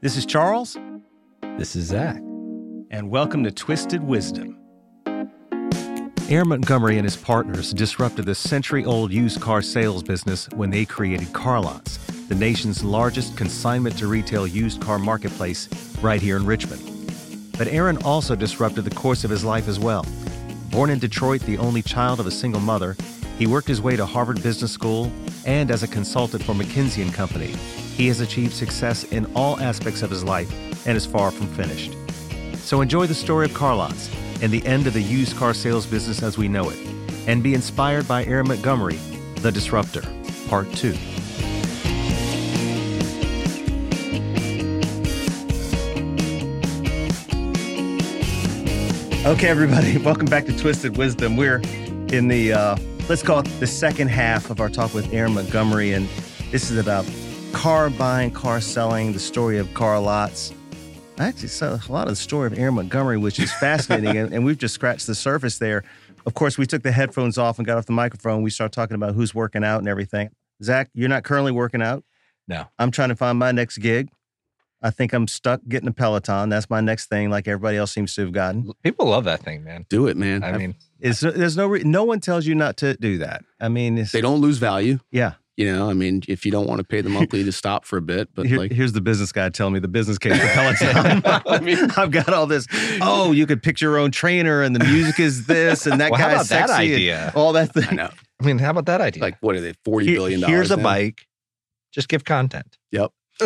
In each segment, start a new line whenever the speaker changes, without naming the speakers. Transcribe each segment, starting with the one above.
This is Charles,
This is Zach.
and welcome to Twisted Wisdom. Air Montgomery and his partners disrupted the century old used car sales business when they created Car Lots, the nation's largest consignment to retail used car marketplace right here in Richmond. But Aaron also disrupted the course of his life as well. Born in Detroit, the only child of a single mother, he worked his way to Harvard Business School and as a consultant for McKinsey and Company. He has achieved success in all aspects of his life and is far from finished. So enjoy the story of car lots and the end of the used car sales business as we know it, and be inspired by Aaron Montgomery, The Disruptor, Part 2. Okay, everybody, welcome back to Twisted Wisdom. We're in the, uh, let's call it the second half of our talk with Aaron Montgomery, and this is about car buying, car selling, the story of car lots. I actually saw a lot of the story of Aaron Montgomery, which is fascinating, and, and we've just scratched the surface there. Of course, we took the headphones off and got off the microphone. We started talking about who's working out and everything. Zach, you're not currently working out.
No.
I'm trying to find my next gig. I think I'm stuck getting a Peloton. That's my next thing, like everybody else seems to have gotten.
People love that thing, man.
Do it, man.
I mean,
It's, there's no re- no one tells you not to do that. I mean, it's,
they don't lose value.
yeah.
You know, I mean, if you don't want to pay the monthly, just stop for a bit. But
Here-
like,
here's the business guy telling me the business case for Peloton.
I mean,
I've got all this. Oh, you could pick your own trainer, and the music is this, and that
well, how
guy's sexy.
about that
and
idea?
All that thing.
I know.
I mean, how about that idea?
Like, what are they? Forty
Here-
billion dollars.
Here's a
now?
bike.
just give content.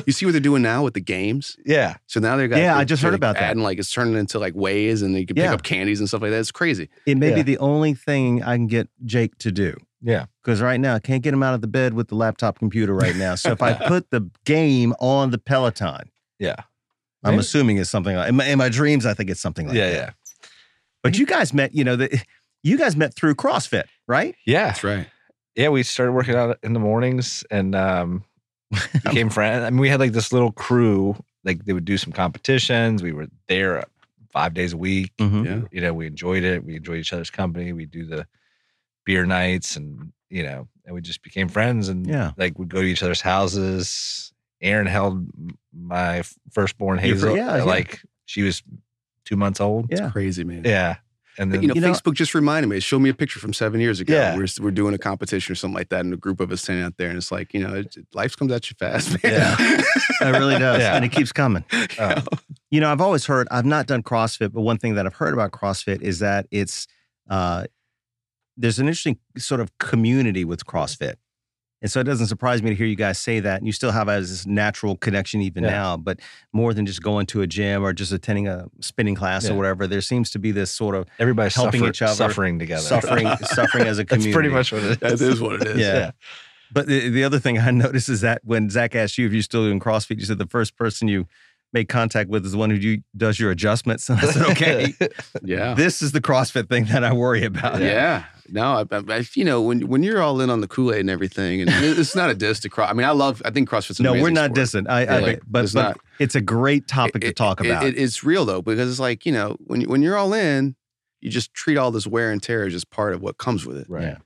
You see what they're doing now with the games?
Yeah.
So now they've got
Yeah, I
they're-
just heard
they're
about that.
adding, like it's turning into like ways, and they can pick
Yeah.
up candies and stuff like that. It's crazy.
It may be
Yeah.
the only thing I can get Jake to do.
Yeah.
Because right now I can't get him out of the bed with the laptop computer right now. So if I put the game on the Peloton,
Yeah.
I'm
Maybe.
assuming it's something like in my, in my dreams. I think it's something like
yeah.
that.
Yeah.
But you guys met. You know the, you guys met through CrossFit, right?
Yeah.
That's right.
Yeah. We started working out in the mornings and um, became friends. I mean, we had like this little crew, like they would do some competitions. We were there uh, five days a week.
Mm-hmm.
Yeah.
You know, we enjoyed it. We enjoyed each other's company. We do the beer nights and, you know, and we just became friends and
Yeah.
like we'd go to each other's houses. Aaron held my firstborn
Your fir-
Hazel.
yeah, yeah.
Like she was two months old.
Yeah.
Crazy man.
Yeah. And
But,
then
you know,
You know-
Facebook just reminded me. It showed me a picture from seven years ago.
Yeah.
We're, we're doing a competition or something like that, and a group of us sitting out there, and it's like, you know, it, life comes at you fast, man.
Yeah.
It really does,
Yeah.
and it keeps coming.
uh,
You know, I've always heard, I've not done CrossFit, but one thing that I've heard about CrossFit is that it's, uh, there's an interesting sort of community with CrossFit. And so it doesn't surprise me to hear you guys say that. And you still have as this natural connection even
Yeah.
now, but more than just going to a gym or just attending a spinning class or
Yeah.
whatever, there seems to be this sort of
everybody's
Helping
suffer-
each other.
suffering together.
suffering, suffering as a
That's
community.
pretty much what it
that
is.
is what it is.
Yeah. But the, the other thing I noticed is that when Zach asked you if you're still doing CrossFit, you said the first person you make contact with is the one who you, does your adjustments. And I said, okay.
yeah.
this is the CrossFit thing that I worry about.
Yeah. No, I, I, I- you know, when when you're all in on the Kool Aid and everything, and it- it's not a diss to cross. I mean, I love. I think CrossFit's. An
No,
amazing
we're not
sport.
distant. I, I
Yeah, like,
but,
it's
but
not-
it's a great topic to
It-
talk
it-
about.
it- it's real though, because it's like you know, when you- when you're all in, you just treat all this wear and tear as just part of what comes with it.
Right.
Yeah.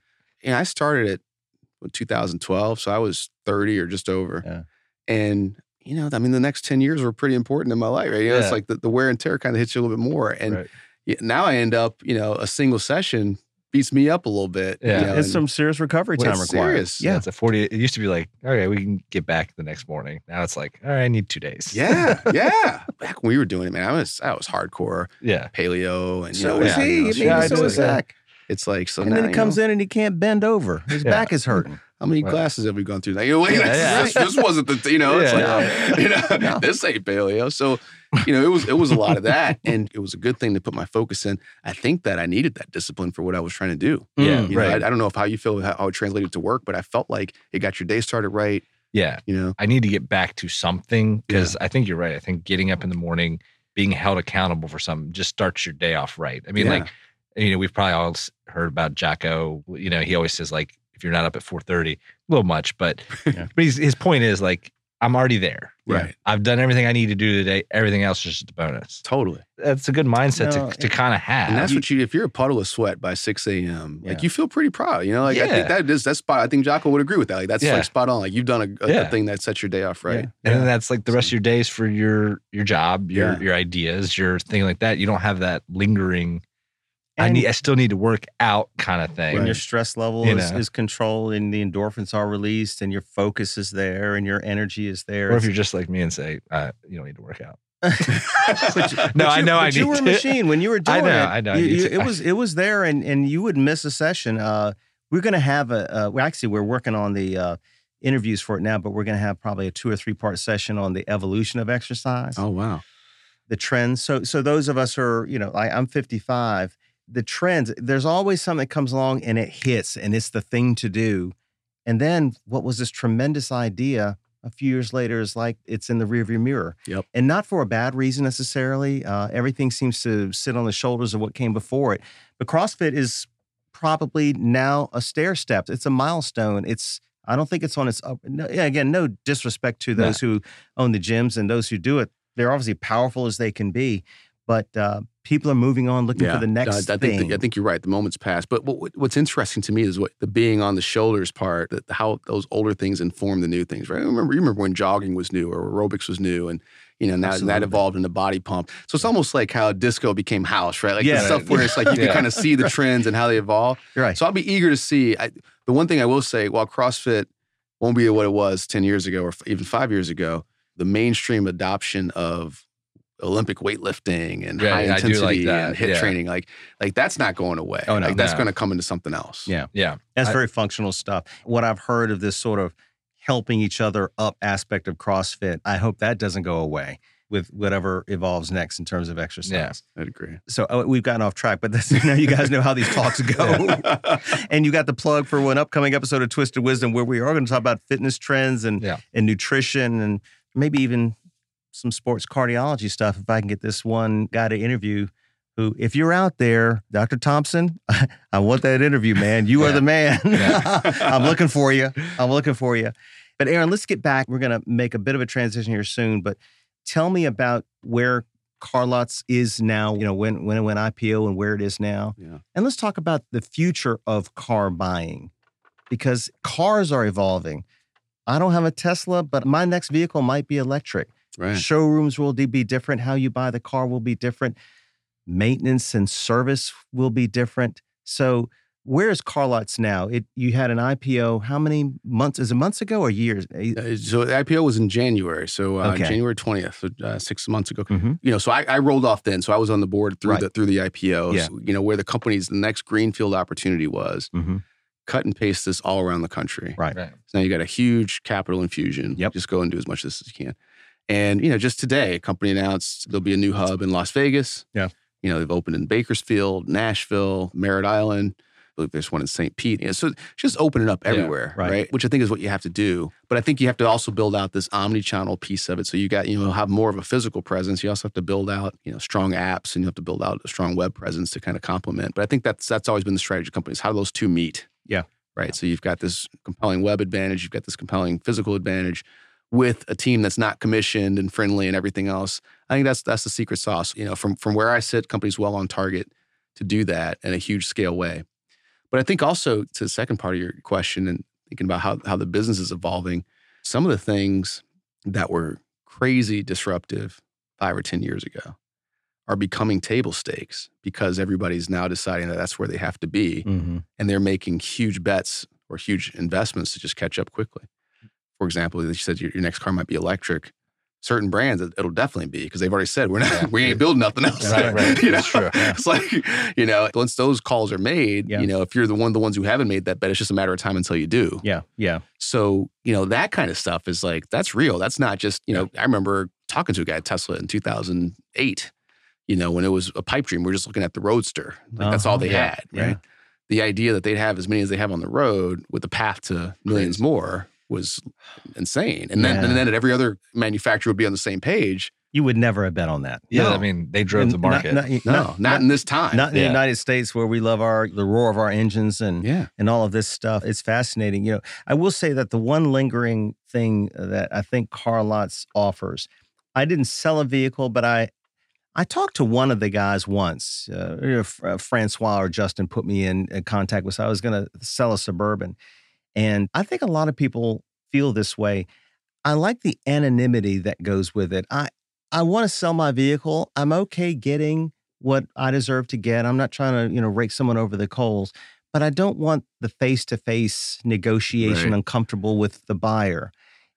And I started it in 2012, so I was 30 or just over.
Yeah.
And you know, I mean, the next 10 years were pretty important in my life. Right? You know,
Yeah.
it's like the, the wear and tear kind of hits you a little bit more. And
Right.
yeah, now I end up, you know, a single session beats me up a little bit. you
Yeah.
know,
It's
and-
some serious recovery
Well,
time
it's
required.
serious.
Yeah.
It's a 40. It used to be like, okay, we can get back the next morning. Now it's like, all right, I need two days.
Yeah, yeah. Back when we were doing it, man, I was I was hardcore
Yeah.
paleo, and you
So
know,
is
yeah, you
he.
know,
I
it's
mean,
Yeah, I
so
do.
is
like,
Zach.
It's like so.
and
now,
then he
you
comes
know,
in and he can't bend over. His
Yeah.
back is hurting.
How many
Right.
classes have we gone through? Like, wait,
Yeah, yeah.
This, this wasn't the you know. It's
Yeah.
like, you know,
No.
this ain't paleo. So you know, it was it was a lot of that, and it was a good thing to put my focus in. I think that I needed that discipline for what I was trying to do.
Yeah.
Mm,
You
right.
know, I, I don't know if how you feel how, how it translated to work, but I felt like it got your day started right.
yeah.
You know,
I need to get back to something because I think you're right. I think getting up in the morning, being held accountable for something, just starts your day off right. I mean,
Yeah.
like, you know, we've probably all s- heard about Jocko. You know, he always says like, if you're not up at 4:30, a little much, but
Yeah.
but he's, his point is like, I'm already there.
Right.
I've done everything I need to do today. Everything else is just a bonus.
Totally.
That's a good mindset
No,
to, to kind of have.
And that's what you if you're a puddle of sweat by six a.m.
Yeah.
Like you feel pretty proud, you know. Like I
Yeah.
think that is that's spot. I think Jocko would agree with that. Like that's
Yeah.
like spot on. Like you've done a, a
Yeah.
thing that sets your day off right.
and then that's like the rest of your days for your your job, your
Yeah.
your ideas, your thing like that. You don't have that lingering. I
And-
need. I still need to work out kind of thing.
and your
Right.
stress level
You
is,
know.
is controlled and the endorphins are released and your focus is there and your energy is there.
Or if
It's-
you're just like me and say, uh, you don't need to work out.
but
No, I
you-
know
but
I
you
need
were a
to.
machine when you were doing
I know,
it.
I know, I
you-
need
you-
to.
it was it was there, and and you would miss a session. Uh, we're going to have a uh, well, actually we're working on the uh, interviews for it now, but we're going to have probably a two or three part session on the evolution of exercise,
Oh wow.
the trends. So so those of us who are you know I, I'm 55. The trends. There's always something that comes along and it hits, and it's the thing to do. And then what was this tremendous idea a few years later is like it's in the rearview mirror and not for a bad reason necessarily. Uh, everything seems to sit on the shoulders of what came before it. But CrossFit is probably now a stair step. It's a milestone. It's I don't think it's on its up. No, yeah, again, no disrespect to
No.
those who own the gyms and those who do it. They're obviously powerful as they can be, but uh, people are moving on looking for the
I,
next
I
thing.
think the- I think you're right. The moment's passed. But what, what's interesting to me is what the being on the shoulders part, that how those older things inform the new things, right? I remember you remember when jogging was new or aerobics was new and you know, now that
Absolutely.
evolved into body pump. So it's almost like how disco became house, right? Like
Yeah.
the stuff where it's like you
Yeah.
can kind of see the trends and how they evolve.
You're right.
So I'll be eager to see. I, the one thing I will say, while CrossFit won't be what it was 10 years ago or f- even five years ago, the mainstream adoption of Olympic weightlifting and
Yeah,
high
yeah, I do like
intensity
that.
and hit
Yeah.
training, like like that's not going away.
Oh, no.
like that's
No.
going to come into something else.
Yeah.
Yeah.
That's
I-
very functional stuff. What I've heard of this sort of helping each other up aspect of CrossFit, I hope that doesn't go away with whatever evolves next in terms of exercise.
I'd agree.
So oh, we've gotten off track, but that's, now you guys know how these talks go. and you got the plug for an upcoming episode of Twisted Wisdom where we are going to talk about fitness trends and,
Yeah.
and nutrition and maybe even some sports cardiology stuff if I can get this one guy to interview who if you're out there, Dr. Thompson, I want that interview, man. You are
Yeah.
the man.
Yeah.
I'm looking for you. I'm looking for you. But Aaron, let's get back. We're going to make a bit of a transition here soon, but tell me about where Carlots is now, you know, when when it went IPO and where it is now.
Yeah.
And let's talk about the future of car buying because cars are evolving. I don't have a Tesla, but my next vehicle might be electric.
Right.
Showrooms will de- be different. How you buy the car will be different. Maintenance and service will be different. So, where is Carlots now? It you had an IPO. How many months? Is it months ago or years? Eh,
Uh, So the IPO was in January, so uh,
Okay. Mm-hmm.
January twentieth, so, uh, six months ago. you know, so I, I rolled off then. So I was on the board through
Right.
the through the IPOs.
Yeah.
You know, where the company's the next greenfield opportunity was
Mhm.
cut and paste this all around the country.
Right.
Right.
So now you got a huge capital infusion.
Yep.
Just go and do as much of this as you can. And you know, just today, a company announced there'll be a new hub in Las Vegas.
Yeah.
You know, they've opened in Bakersfield, Nashville, Merritt Island. I believe there's one in St. Pete. Yeah, so it's just opening up
Yeah,
everywhere,
right.
right. Which I think is what you have to do. But I think you have to also build out this omni-channel piece of it. So you got, you know, have more of a physical presence. You also have to build out, you know, strong apps and you have to build out a strong web presence to kind of complement. But I think that's that's always been the strategy of companies. How do those two meet?
Yeah.
Right. So you've got this compelling web advantage, you've got this compelling physical advantage with a team that's not commissioned and friendly and everything else. I think that's that's the secret sauce. You know, from from where I sit, companies well on target to do that in a huge scale way. But I think also to the second part of your question and thinking about how, how the business is evolving, some of the things that were crazy disruptive five or 10 years ago are becoming table stakes because everybody's now deciding that that's where they have to
Mm.
be
Mm-hmm.
and they're making huge bets or huge investments to just catch up quickly. For example, as you said your, your next car might be electric. Certain brands, it- it'll definitely be because they've already said we're not,
Yeah.
we ain't building nothing else.
Right, right.
You
That's
know?
true. Yeah.
It's like you know, once those calls are made,
Yeah.
you know, if you're the one of the ones who haven't made that bet, it's just a matter of time until you do.
Yeah, yeah.
So, you know, that kind of stuff is like, that's real. That's not just, you know, I remember talking to a guy at Tesla in 2008, you know, when it was a pipe dream. We are just looking at the Roadster. Like, that's all
Uh-huh.
they
Yeah.
had,
Yeah.
right? The idea that they'd have as many as they have on the road with the path to millions
Crazy.
more was insane. And then,
Yeah.
and then every other manufacturer would be on the same page.
You would never have bet on that.
Yeah,
No.
I mean, they drove the
Not-
market.
Not,
No,
not-
not, in this time.
not in the
Yeah.
United States where we love our the roar of our engines and
yeah.
and all of this stuff. It's fascinating. You know, I will say that the one lingering thing uh, that I think Car Lots offers, I didn't sell a vehicle, but I, I talked to one of the guys once. Uh, you know, F- uh, Francois or Justin put me in, in contact with. So I was going to sell a suburban, and I think a lot of people feel this way. I like the anonymity that goes with it. I, I want to sell my vehicle. I'm okay getting what I deserve to get. I'm not trying to, you know, rake someone over the coals but I don't want the face to face negotiation
Right.
uncomfortable with the buyer.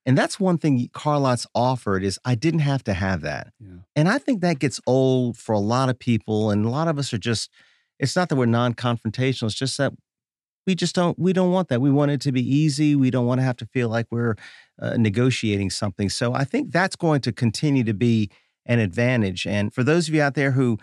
And that's one thing Carlot's offered is I didn't have to have that.
Yeah.
And I think that gets old for a lot of people and a lot of us are just it's not that we're non-confrontational, it's just that we just don't we don't want that. We want it to be easy. We don't want to have to feel like we're uh, negotiating something. So I think that's going to continue to be an advantage. And for those of you out there who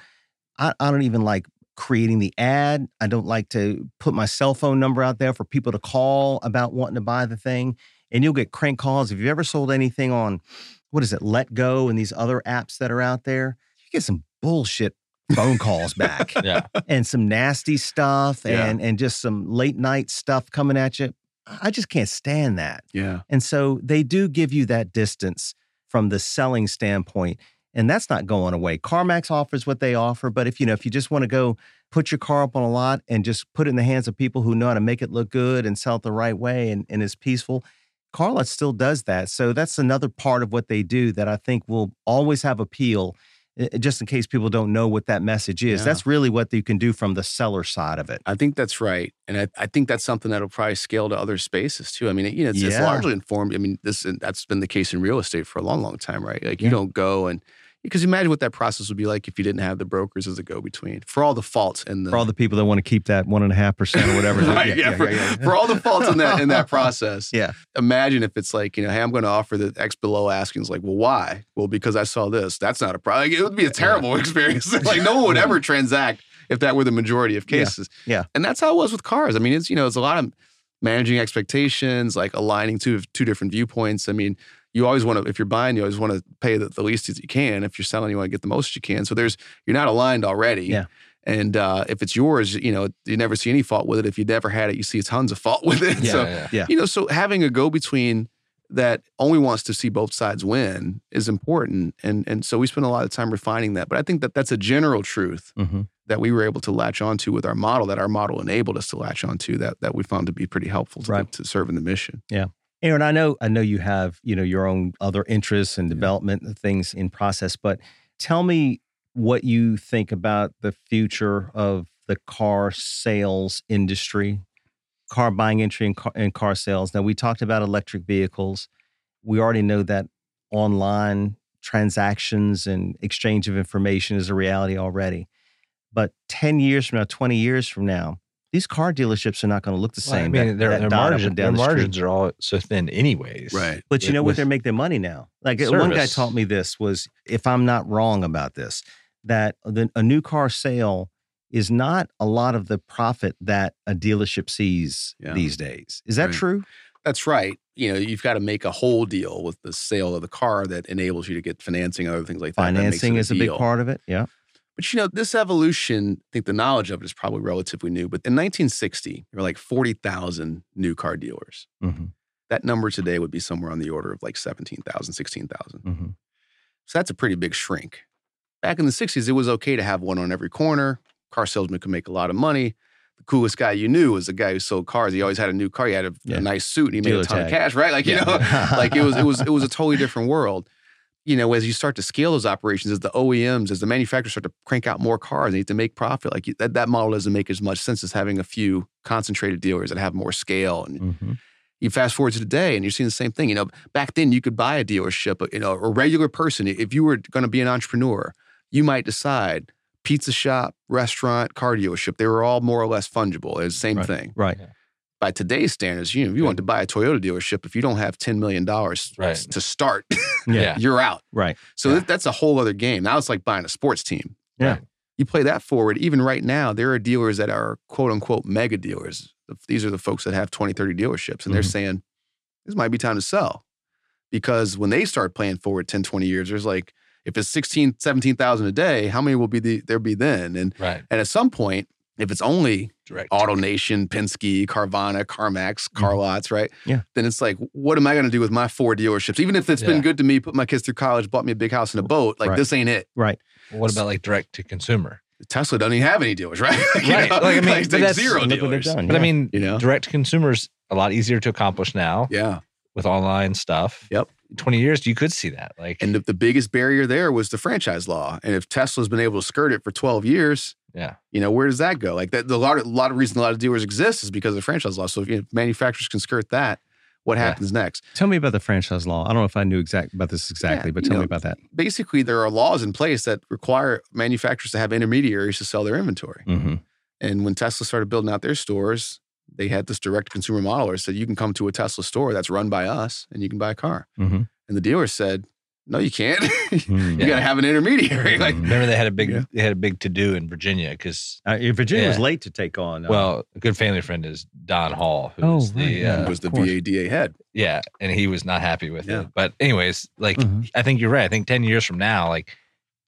I, I don't even like creating the ad. I don't like to put my cell phone number out there for people to call about wanting to buy the thing. And you'll get crank calls. If you've ever sold anything on, what is it, Let Go and these other apps that are out there, you get some bullshit phone calls back
yeah.
and some nasty stuff
Yeah.
and, and just some late night stuff coming at you. I just can't stand that.
Yeah.
And so they do give you that distance from the selling standpoint. And that's not going away. CarMax offers what they offer, but if you know, if you just want to go put your car up on a lot and just put it in the hands of people who know how to make it look good and sell it the right way and, and is peaceful, Carlot still does that. So that's another part of what they do that I think will always have appeal, eh, just in case people don't know what that message is.
Yeah.
That's really what you can do from the seller side of it.
I think that's right, and I, I think that's something that'll probably scale to other spaces too. I mean, you know, it's, it's
Yeah.
largely informed. I mean, this and that's been the case in real estate for a long, long time, right? Like
Yeah.
you don't go and because imagine what that process would be like if you didn't have the brokers as a go-between for all the faults and the
For all the people that want to keep that one and a half percent or whatever.
Right, yeah, for, for all the faults in that in that process.
Yeah.
Imagine if it's like, you know, hey, I'm going to offer the X below asking. It's like, well, why? Well, because I saw this. That's not a problem. it would be a terrible experience. like no one would ever transact if that were the majority of
Yeah,
cases.
yeah.
And that's how it was with cars. I mean, it's you know, it's a lot of managing expectations, like aligning two two different viewpoints. I mean, you always want to if you're buying, you always want to pay the, the least that you can. If you're selling, you want to get the most you can. So there's you're not aligned already.
Yeah.
And uh, if it's yours, you know you never see any fault with it. If you never had it, you see tons of fault with it.
Yeah,
so
yeah.
you know, so having a go between that only wants to see both sides win is important. And and so we spend a lot of time refining that. But I think that that's a general truth
Mm-hmm.
that we were able to latch onto with our model, that our model enabled us to latch onto, that that we found to be pretty helpful to,
Right.
to serving the mission.
Aaron, I know I know you have, you know, your own other interests and development and things in process, but tell me what you think about the future of the car sales industry, car buying industry and car, and car sales. Now we talked about electric vehicles. We already know that online transactions and exchange of information is a reality already. But 10 years from now, 20 years from now, these car dealerships are not going to look the
Well, I
same.
mean,
that-
their,
that
their,
dot up and
margin,
down
their
the street.
margins are all so thin, anyways.
Right.
But you
with-
know what?
with-
They make their money now. Like uh, one guy
Service.
taught me this was, if I'm not wrong about this, that the, a new car sale is not a lot of the profit that a dealership sees
Yeah.
these days. Is that
Right.
true?
That's right. You know, you've got to make a whole deal with the sale of the car that enables you to get financing and other things like that. That makes
Financing
it
is a big
deal.
part of it. Yeah.
But you know, this evolution, I think the knowledge of it is probably relatively new. But in 1960, there were like 40,000 new car dealers.
Mm-hmm.
That number today would be somewhere on the order of like 17,000, 16,000.
Mm-hmm.
So that's a pretty big shrink. Back in the 60s, it was okay to have one on every corner. Car salesman could make a lot of money. The coolest guy you knew was the guy who sold cars. He always had a new car. He had a, a
Yeah.
nice suit and he made
Dealer
a ton
tag.
of cash, right? Like, you know, like it was it was it was a totally different world you know as you start to scale those operations as the oems as the manufacturers start to crank out more cars and need to make profit like you- that, that model doesn't make as much sense as having a few concentrated dealers that have more scale and
Mhm.
you fast forward to today and you're seeing the same thing you know back then you could buy a dealership uh, you know a regular person if you were going to be an entrepreneur you might decide pizza shop restaurant car dealership they were all more or less fungible it's the same
Right.
thing
Right.
by today's standards, you know, if you want to buy a Toyota dealership, if you don't have ten million dollars
Right.
to start,
Yeah.
Yeah.
you're out.
Right.
So
Yeah.
that- that's a whole other game. Now it's like buying a sports team.
Yeah.
You play that forward. Even right now, there are dealers that are quote unquote mega dealers. These are the folks that have 20, 30 dealerships, and they're
Mhm.
Mm-hmm.
saying this might be time to sell because when they start playing forward 10, 20 years, there's like if it's 16, 17,000 a day, how many will be the, there be then? And
Right.
and at some point, if it's only
Direct.
AutoNation, Penske, Carvana, CarMax,
Mm-hmm.
CarLots, right?
Yeah.
Then it's like, what am I going to do with my four dealerships? Even if it's
Yeah.
been good to me, put my kids through college, bought me a big house and a boat, like
Right.
this ain't it.
Right.
What about like direct to consumer?
Tesla doesn't even have any dealers, right? You
Right.
know?
Like, I mean,
like,
but
like
that's-
zero
look what they've
dealers.
done.
But I
Yeah.
mean,
You know?
direct to consumers a lot easier to accomplish now
Yeah.
with online stuff.
Yep.
Twenty years, you could see that. Like,
And the, the biggest barrier there was the franchise law. And if Tesla's been able to skirt it for 12 years,
yeah,
you know, where does that go? Like that, the lot, of, lot of reason a lot of dealers exist is because of the franchise law. So if you know, manufacturers can skirt that, what
Yeah.
happens next?
Tell me about the franchise law. I don't know if I knew exact about this exactly, but
you
tell me
know,
about that.
basically there are laws in place that require manufacturers to have intermediaries to sell their inventory.
Mm-hmm.
And when Tesla started building out their stores, they had this direct consumer model where it said, you can come to a Tesla store that's run by us and you can buy a car.
Mhm.
And the dealer said, no, you can't.
mm-hmm.
you got to have an intermediary. like,
Mhm.
remember they had a big
Yeah.
they had a big to do in Virginia because
Uh, Virginia was
Yeah.
late to take on. uh,
well, a good family friend is Don Hall, who's
Oh,
the
right, yeah.
uh,
was the
of course.
VADA head.
yeah, and he was not happy with
Yeah.
it. But anyways, like
Mhm.
I think you're right. I think ten years from now, like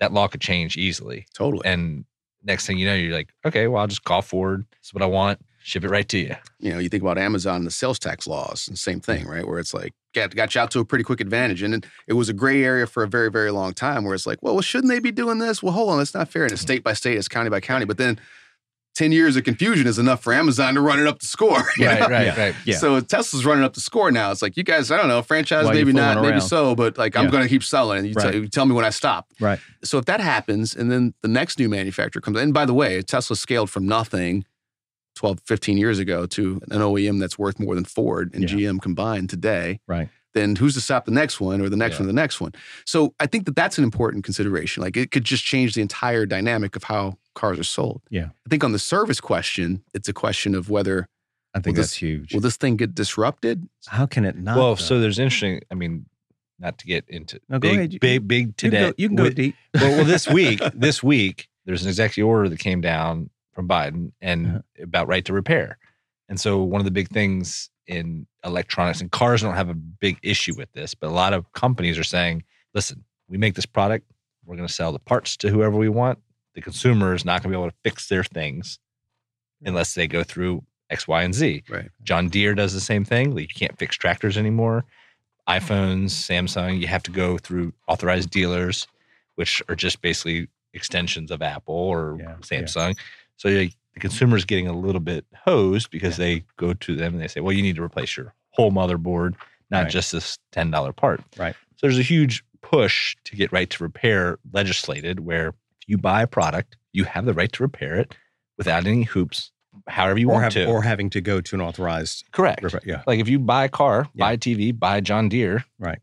that law could change easily.
Totally.
And next thing you know, you're like, okay, well, I'll just call Ford. It's what I want. Ship it right to you.
you know, you think about Amazon and the sales tax laws, and same thing, right? Where it's like got got you out to a pretty quick advantage, and then it was a gray area for a very very long time, where it's like, well, well, shouldn't they be doing this? Well, hold on, that's not fair. And it's state by state, it's county by county, but then ten years of confusion is enough for Amazon to run it up the score. you
Right,
know?
right,
Yeah.
right.
Yeah.
So Tesla's running up the score now. It's like you guys, I don't know, franchise,
Why you
maybe
fooling
not, maybe
around?
so, but like I'm
Yeah.
going to keep selling. And you,
Right.
tell you tell me when I stop.
Right.
So if that happens, and then the next new manufacturer comes in, by the way, Tesla scaled from nothing 12, 15 years ago to an OEM that's worth more than Ford and
Yeah.
GM combined today.
Right.
Then who's to stop the next one or the next
Yeah.
one, or the next one? So I think that that's an important consideration. Like it could just change the entire dynamic of how cars are sold.
Yeah.
I think on the service question, it's a question of whether
I think
Well,
that's
this-
huge.
will this thing get disrupted?
How can it not?
Well,
though?
so there's interesting. I mean, not to get into
No, go
big,
ahead. You-
big,
you
big
can
today.
go, you can go
With-
deep.
well, well, this week, this week, there's an executive order that came down from Biden and
Uh-huh.
about right to repair. And so one of the big things in electronics and cars don't have a big issue with this, but a lot of companies are saying, listen, we make this product, we're going to sell the parts to whoever we want. The consumer is not going to be able to fix their things unless they go through X, Y, and Z.
Right.
John Deere does the same thing. Like you can't fix tractors anymore. iPhones, Samsung, you have to go through authorized dealers, which are just basically extensions of Apple or
Yeah,
Samsung. So you the consumer's getting a little bit hosed because they go to them and they say, well, you need to replace your whole motherboard, not
Right.
just this $10 part.
Right.
So there's a huge push to get right to repair legislated where if you buy a product, you have the right to repair it without any hoops, however you
or,
want
have-
to.
or having to go to an authorized.
Correct.
Yeah.
Like if you buy a car,
Yeah.
buy a TV, buy a John Deere,
Right.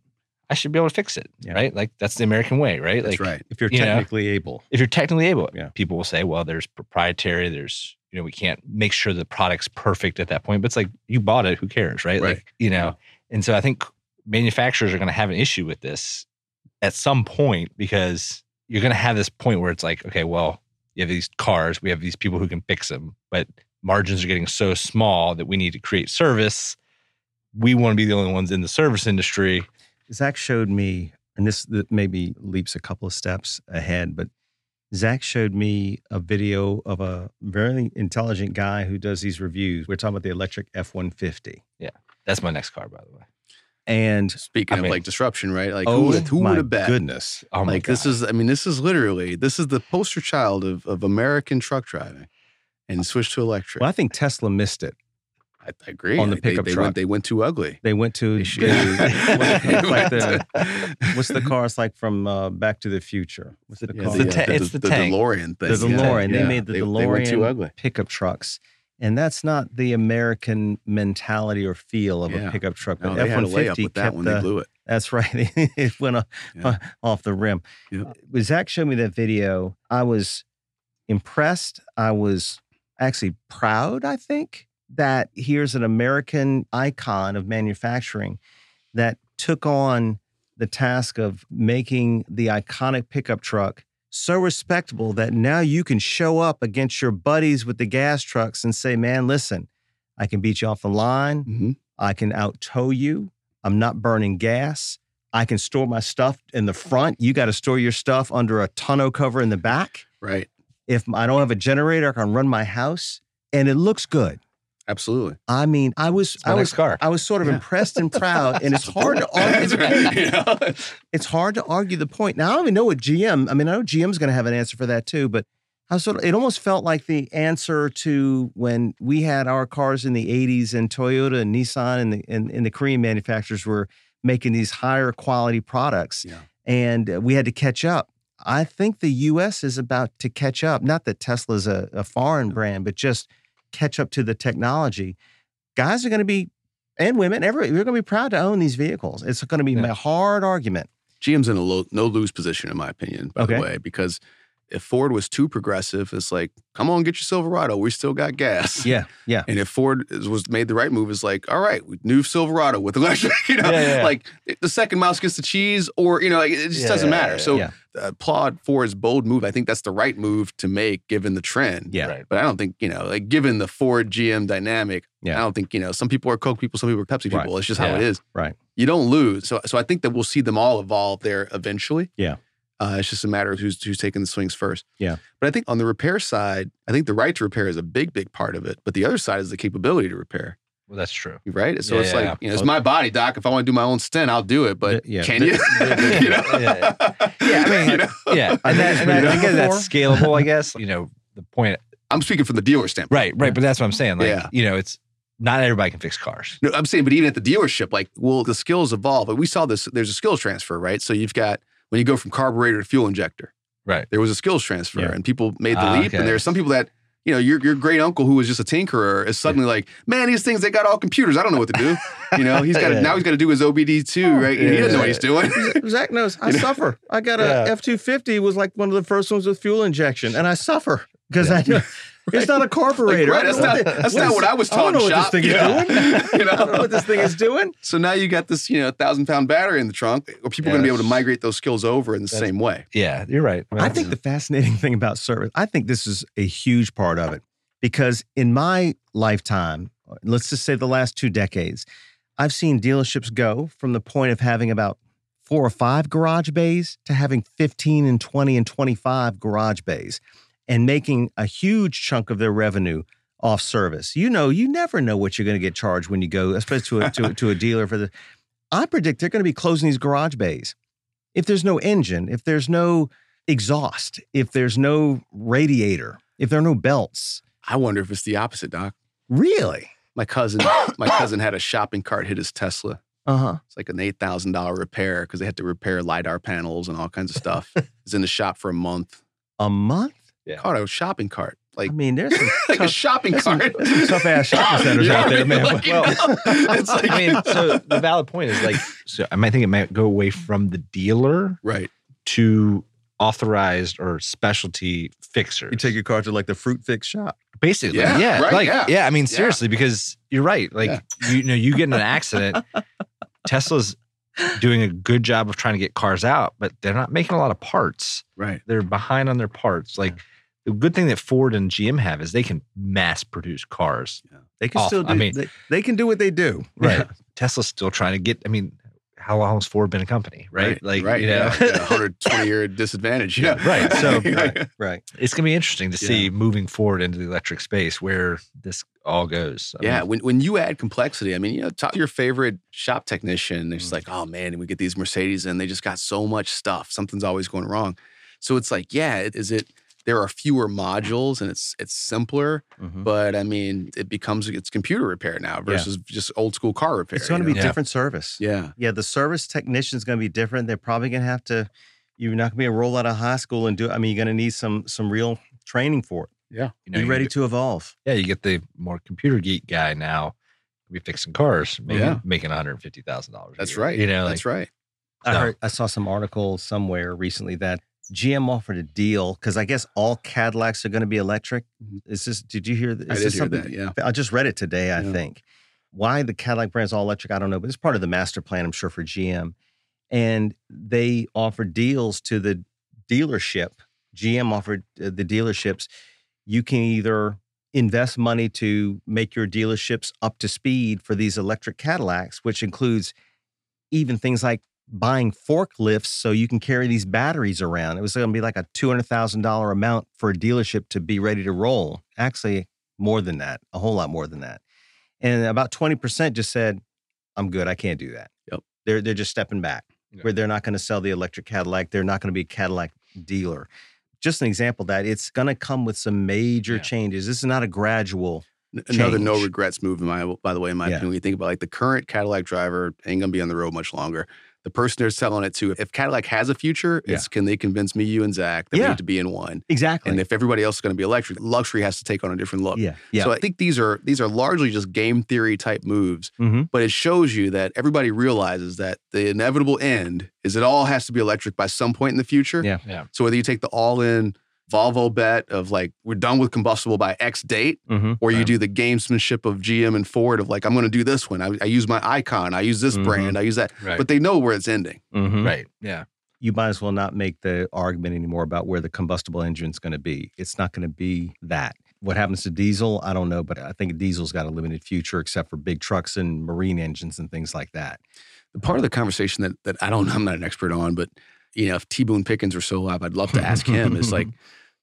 I should be able to fix it,
Yeah.
right? Like that's the American way, right?
That's
like
right.
If you're
You know.
technically able.
if you're technically able,
Yeah.
people will say, well, there's proprietary, there's you know, we can't make sure the product's perfect at that point, but it's like you bought it, who cares, right?
Right.
Like, you know. And so I think manufacturers are going to have an issue with this at some point because you're going to have this point where it's like, okay, well, you have these cars, we have these people who can fix them, but margins are getting so small that we need to create service. We want to be the only ones in the service industry.
Zach showed me, and this th- maybe leaps a couple of steps ahead, but Zach showed me a video of a very intelligent guy who does these reviews. We're talking about the electric F 150.
That's my next car, by the way.
And
Speaking
I
of
mean-
like disruption, right? Like
oh,
who would who
my
would have bet?
goodness.
Oh my
like this is i mean this is literally this is the poster child of, of american truck driving and switch to electric
Well, I think Tesla missed it.
I, I agree
on the
Like, they-
pickup
they,
truck.
went, they went too ugly
They went to
They should-
the- it's like the- what's
what's
the car? It's like from uh, Back to the Future. What's the
yeah,
car?
the,
It's the
uh,
ta- it's the tank.
DeLorean thing.
The DeLorean.
Yeah,
They made the
They went too
DeLorean
ugly.
pickup trucks. And that's not the American mentality or feel of
Yeah.
a pickup truck.
No,
But
they
F
had a
one
layup
fifty
with that
kept
one.
the,
They blew it.
That's right. it went off,
Yeah.
uh, off the rim.
Yeah.
When Zach showed me that video, I was impressed. I was actually proud, I think, that here's an American icon of manufacturing that took on the task of making the iconic pickup truck so respectable that now you can show up against your buddies with the gas trucks and say, man, listen, I can beat you off the line.
Mhm.
I can out tow you. I'm not burning gas. I can store my stuff in the front. You got to store your stuff under a tonneau cover in the back.
Right.
If I don't have a generator, I can run my house, and it looks good.
Absolutely.
I mean, I was,
It's my
I
next
was,
car.
I was sort of
Yeah.
impressed and proud, and it's hard to argue.
That's
the
right.
point.
You know?
It's hard to argue the point. Now I don't even know what GM. I mean, I know GM's going to have an answer for that too, but I sort of, it almost felt like the answer to when we had our cars in the '80s, and Toyota and Nissan and the and, and the Korean manufacturers were making these higher quality products,
Yeah.
and uh, we had to catch up. I think the U.S. is about to catch up. Not that Tesla's a, a foreign brand, but just catch up to the technology. Guys are going to be and women, every you're going to be proud to own these vehicles. It's going to be
Yeah.
a hard argument.
GM's in a low, no lose position, in my opinion, by
Okay.
the way, because if Ford was too progressive, it's like, come on, get your Silverado. We still got gas.
Yeah, yeah.
And if Ford is, was made the right move, is like, all right, new Silverado with electric, you know,
Yeah, yeah, yeah.
like the second mouse gets the cheese, or you know, like, it just
Yeah,
doesn't
yeah,
matter.
yeah,
so uh,
yeah.
applaud Ford's bold move. I think that's the right move to make given the trend.
Yeah.
Right.
But I don't think you know, like given the Ford GM dynamic,
Yeah.
I don't think you know. Some people are Coke people, some people are Pepsi people.
Right.
It's just how
Yeah.
it is.
Right.
You don't lose. So so I think that we'll see them all evolve there eventually.
Yeah.
Uh, it's just a matter of who's who's taking the swings first.
Yeah.
But I think on the repair side, I think the right to repair is a big big part of it. But the other side is the capability to repair,
Well, that's true.
right? So
Yeah,
it's
yeah,
like
yeah.
you know, it's my body, doc. If I want to do my own stent, I'll do it. But
The- yeah.
can you? you know?
Yeah,
Yeah, I mean,
You know?
Yeah, and, that, and that, I guess that's scalable. I guess you know the point.
I'm speaking from the dealer standpoint.
Right, right. But that's what I'm saying. Like
Yeah.
you know, it's not everybody can fix cars.
No, I'm saying, but even at the dealership, like, will the skills evolve? But we saw this. There's a skills transfer, right? So you've got when you go from carburetor to fuel injector,
Right.
there was a skills transfer,
Yeah.
and people made the
Ah,
leap.
okay.
And there are some people that. You know, your, your great uncle who was just a tinkerer is suddenly like, man, these things they got all computers. I don't know what to do. You know, he's got to
Yeah.
now he's got to do his OBD two, right? And he
yeah,
doesn't know
yeah.
what he's doing.
Zach knows I
You know?
suffer. I got a
Yeah.
F two fifty was like one of the first ones with fuel injection, and I suffer because I know it's not a
Like,
carburetor.
right? That's not that's not what I was taught
I don't know
in
what
shop.
this thing
you know?
is doing.
You know?
I don't know what this thing is doing.
So now you got this, you know, thousand pound battery in the trunk. Are people
Yeah,
going to be able to
that's-
migrate those skills over in the
that's-
same way?
Yeah, you're right.
I think the fascinating thing about service, I think this is a huge part of it because in my lifetime, uh, let's just say the last two decades, I've seen dealerships go from the point of having about four or five garage bays to having 15 and 20 and 25 garage bays and making a huge chunk of their revenue off service. You know, you never know what you're going to get charged when you go, especially to a, to, a- to a dealer for the. I predict they're going to be closing these garage bays. If there's no engine, if there's no exhaust, if there's no radiator, if there are no belts,
I wonder if it's the opposite, Doc.
really?
My cousin, my cousin had a shopping cart hit his Tesla.
Uh huh.
It's like an eight thousand dollar repair because they had to repair lidar panels and all kinds of stuff. It's in the shop for a month.
A month?
Caught a shopping cart, like
I mean, there's some
like a
tough-
shopping
there's some-
cart.
there's some tough-ass shopping centers
You know
out
what I
there,
mean?
man.
Like, you
Well-
know, it's like
I mean, so the valid point is like, so I might think it might go away from the dealer
right.
to authorized or specialty fixers.
your car to like the fruit fix shop.
basically,
Yeah,
yeah,
right,
like,
yeah.
yeah. I mean,
Yeah.
seriously, because you're right. Like, you know, you get in an accident, Tesla's doing a good job of trying to get cars out, but they're not making a lot of parts.
Right.
They're behind on their parts. Like, the good thing that Ford and GM have is they can mass produce cars.
They can
Awful.
still do.
I mean-
they, they can do what they do.
Right. Tesla's still trying to get. I mean, how long has Ford been a company? Right. Like,
right.
you know,
yeah, yeah, 120 year disadvantage. Yeah.
Right, so-
Right.
Right.
it's going to be interesting to
Yeah.
see moving forward into the electric space where this all goes. I
yeah,
mean,
when when you add complexity, I mean, you know, talk to your favorite shop technician. They're
Mm.
just like, oh man, we get these Mercedes and they just got so much stuff. Something's always going wrong. So it's like, yeah, it- is it? There are fewer modules and it's it's simpler,
Mm-hmm.
Mm-hmm.
but I mean, it becomes it's computer repair now versus just old school car repair.
It's going to
you
be
know?
Yeah.
different service.
yeah,
Yeah, the service technician is going to be different. They're probably going to have to. You're not going to be a roll out of high school and do. I mean, you're going to need some some real training for it.
you know,
be
you
ready
get-
to evolve.
yeah, you get the more computer geek guy now. Be fixing cars, maybe
Yeah.
making one hundred fifty thousand dollars.
that's right.
You know, like,
that's right.
I
No.
heard I saw some article somewhere recently that GM offered a deal because I guess all Cadillacs are going to be electric. Is this? Did you hear? th-
Mm-hmm. I
Is
did
this
hear that. Yeah,
I just read it today. I
Yeah.
think why the Cadillac brand is all electric. I don't know, but it's part of the master plan. I'm sure for GM, and they offered deals to the dealership. GM offered uh, the dealerships. You can either invest money to make your dealerships up to speed for these electric Cadillacs, which includes even things like buying forklifts so you can carry these batteries around. It was going to be like a $200,000 amount for a dealership to be ready to roll. Actually, more than that, a whole lot more than that. And about 20% just said, I'm good. I can't do that.
Yep.
They're, they're just stepping back
Yeah.
where they're not going to sell the electric Cadillac. They're not going to be a Cadillac dealer. Just an example of that it's going to come with some major
Yeah.
changes. This is not a gradual.
N- Another no
Change.
regrets move, in my, by the way, in my
Yeah.
opinion. When you think about like the current Cadillac driver ain't going to be on the road much longer. The person they're selling it to, if Cadillac has a future, it's can they convince me, you, and Zach that we
Yeah.
need to be in one?
Exactly.
And if everybody else is going to be electric, luxury has to take on a different look.
yeah. Yeah.
So I think these are these are largely just game theory type moves,
Mhm.
but it shows you that everybody realizes that the inevitable end is it all has to be electric by some point in the future.
Yeah.
Yeah.
So whether you take the all in Volvo bet of like we're done with combustible by X date,
Mhm.
or you
Right.
do the gamesmanship of GM and Ford of like I'm going to do this one. I, I use my icon. I use this
Mhm.
brand. I use that.
Right.
But they know where it's ending.
Mhm.
right. Yeah.
you might as well not make the argument anymore about where the combustible engine's going to be. It's not going to be that. What happens to diesel, I don't know, but I think diesel's got a limited future except for big trucks and marine engines and things like that.
The part of the conversation that that I don't I'm not an expert on, but you know if T Boone Pickens were still alive, I'd love to ask him. is like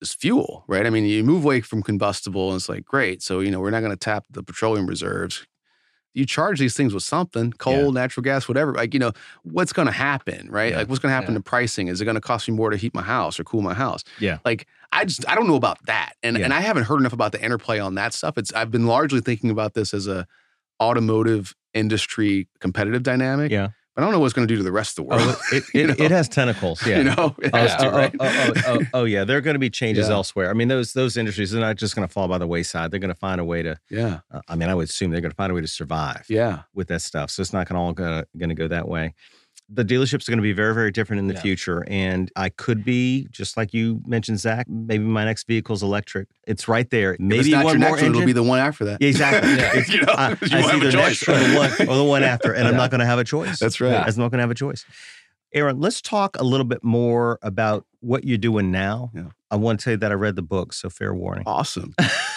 is fuel, right? I mean, you move away from combustible, and it's like great. So you know we're not going to tap the petroleum reserves. You charge these things with something, coal, natural gas, whatever. Like, you know, what's going to happen, right?
Yeah.
Like, what's going to happen
Yeah.
to pricing? Is it going to cost me more to heat my house or cool my house?
Yeah.
Like, I just I don't know about that, and
Yeah.
and I haven't heard enough about the interplay on that stuff. It's I've been largely thinking about this as a automotive industry competitive dynamic.
Yeah.
But I don't know what's going to do to the rest of the world.
Oh, it,
You
it,
know?
it has tentacles. Yeah.
you know, it
Oh,
has to,
oh,
right?
oh, oh, oh, oh, yeah, there are going to be changes
Yeah.
elsewhere. I mean, those those industries are not just going to fall by the wayside. They're going to find a way to.
yeah,
Uh, I mean, I would assume they're going to find a way to survive
yeah,
with that stuff. So it's not going to all going to go that way. The dealerships are going to be very, very different in the
Yeah.
future. And I could be, just like you mentioned, Zach, maybe my next vehicle's electric. It's right there.
If
Maybe
it's not
one
your
more
next one,
engine.
it'll be the one after that.
Yeah, exactly.
Yeah.
It's-
you know,
I, I
you won't
see
have
the
a
next
choice.
or the one or the one after, and I'm
Yeah.
not going to have a choice.
That's right.
Yeah.
I'm not going to have a choice. Aaron, let's talk a little bit more about what you're doing now.
Yeah.
I want to tell you that I read the book, so fair warning.
Awesome.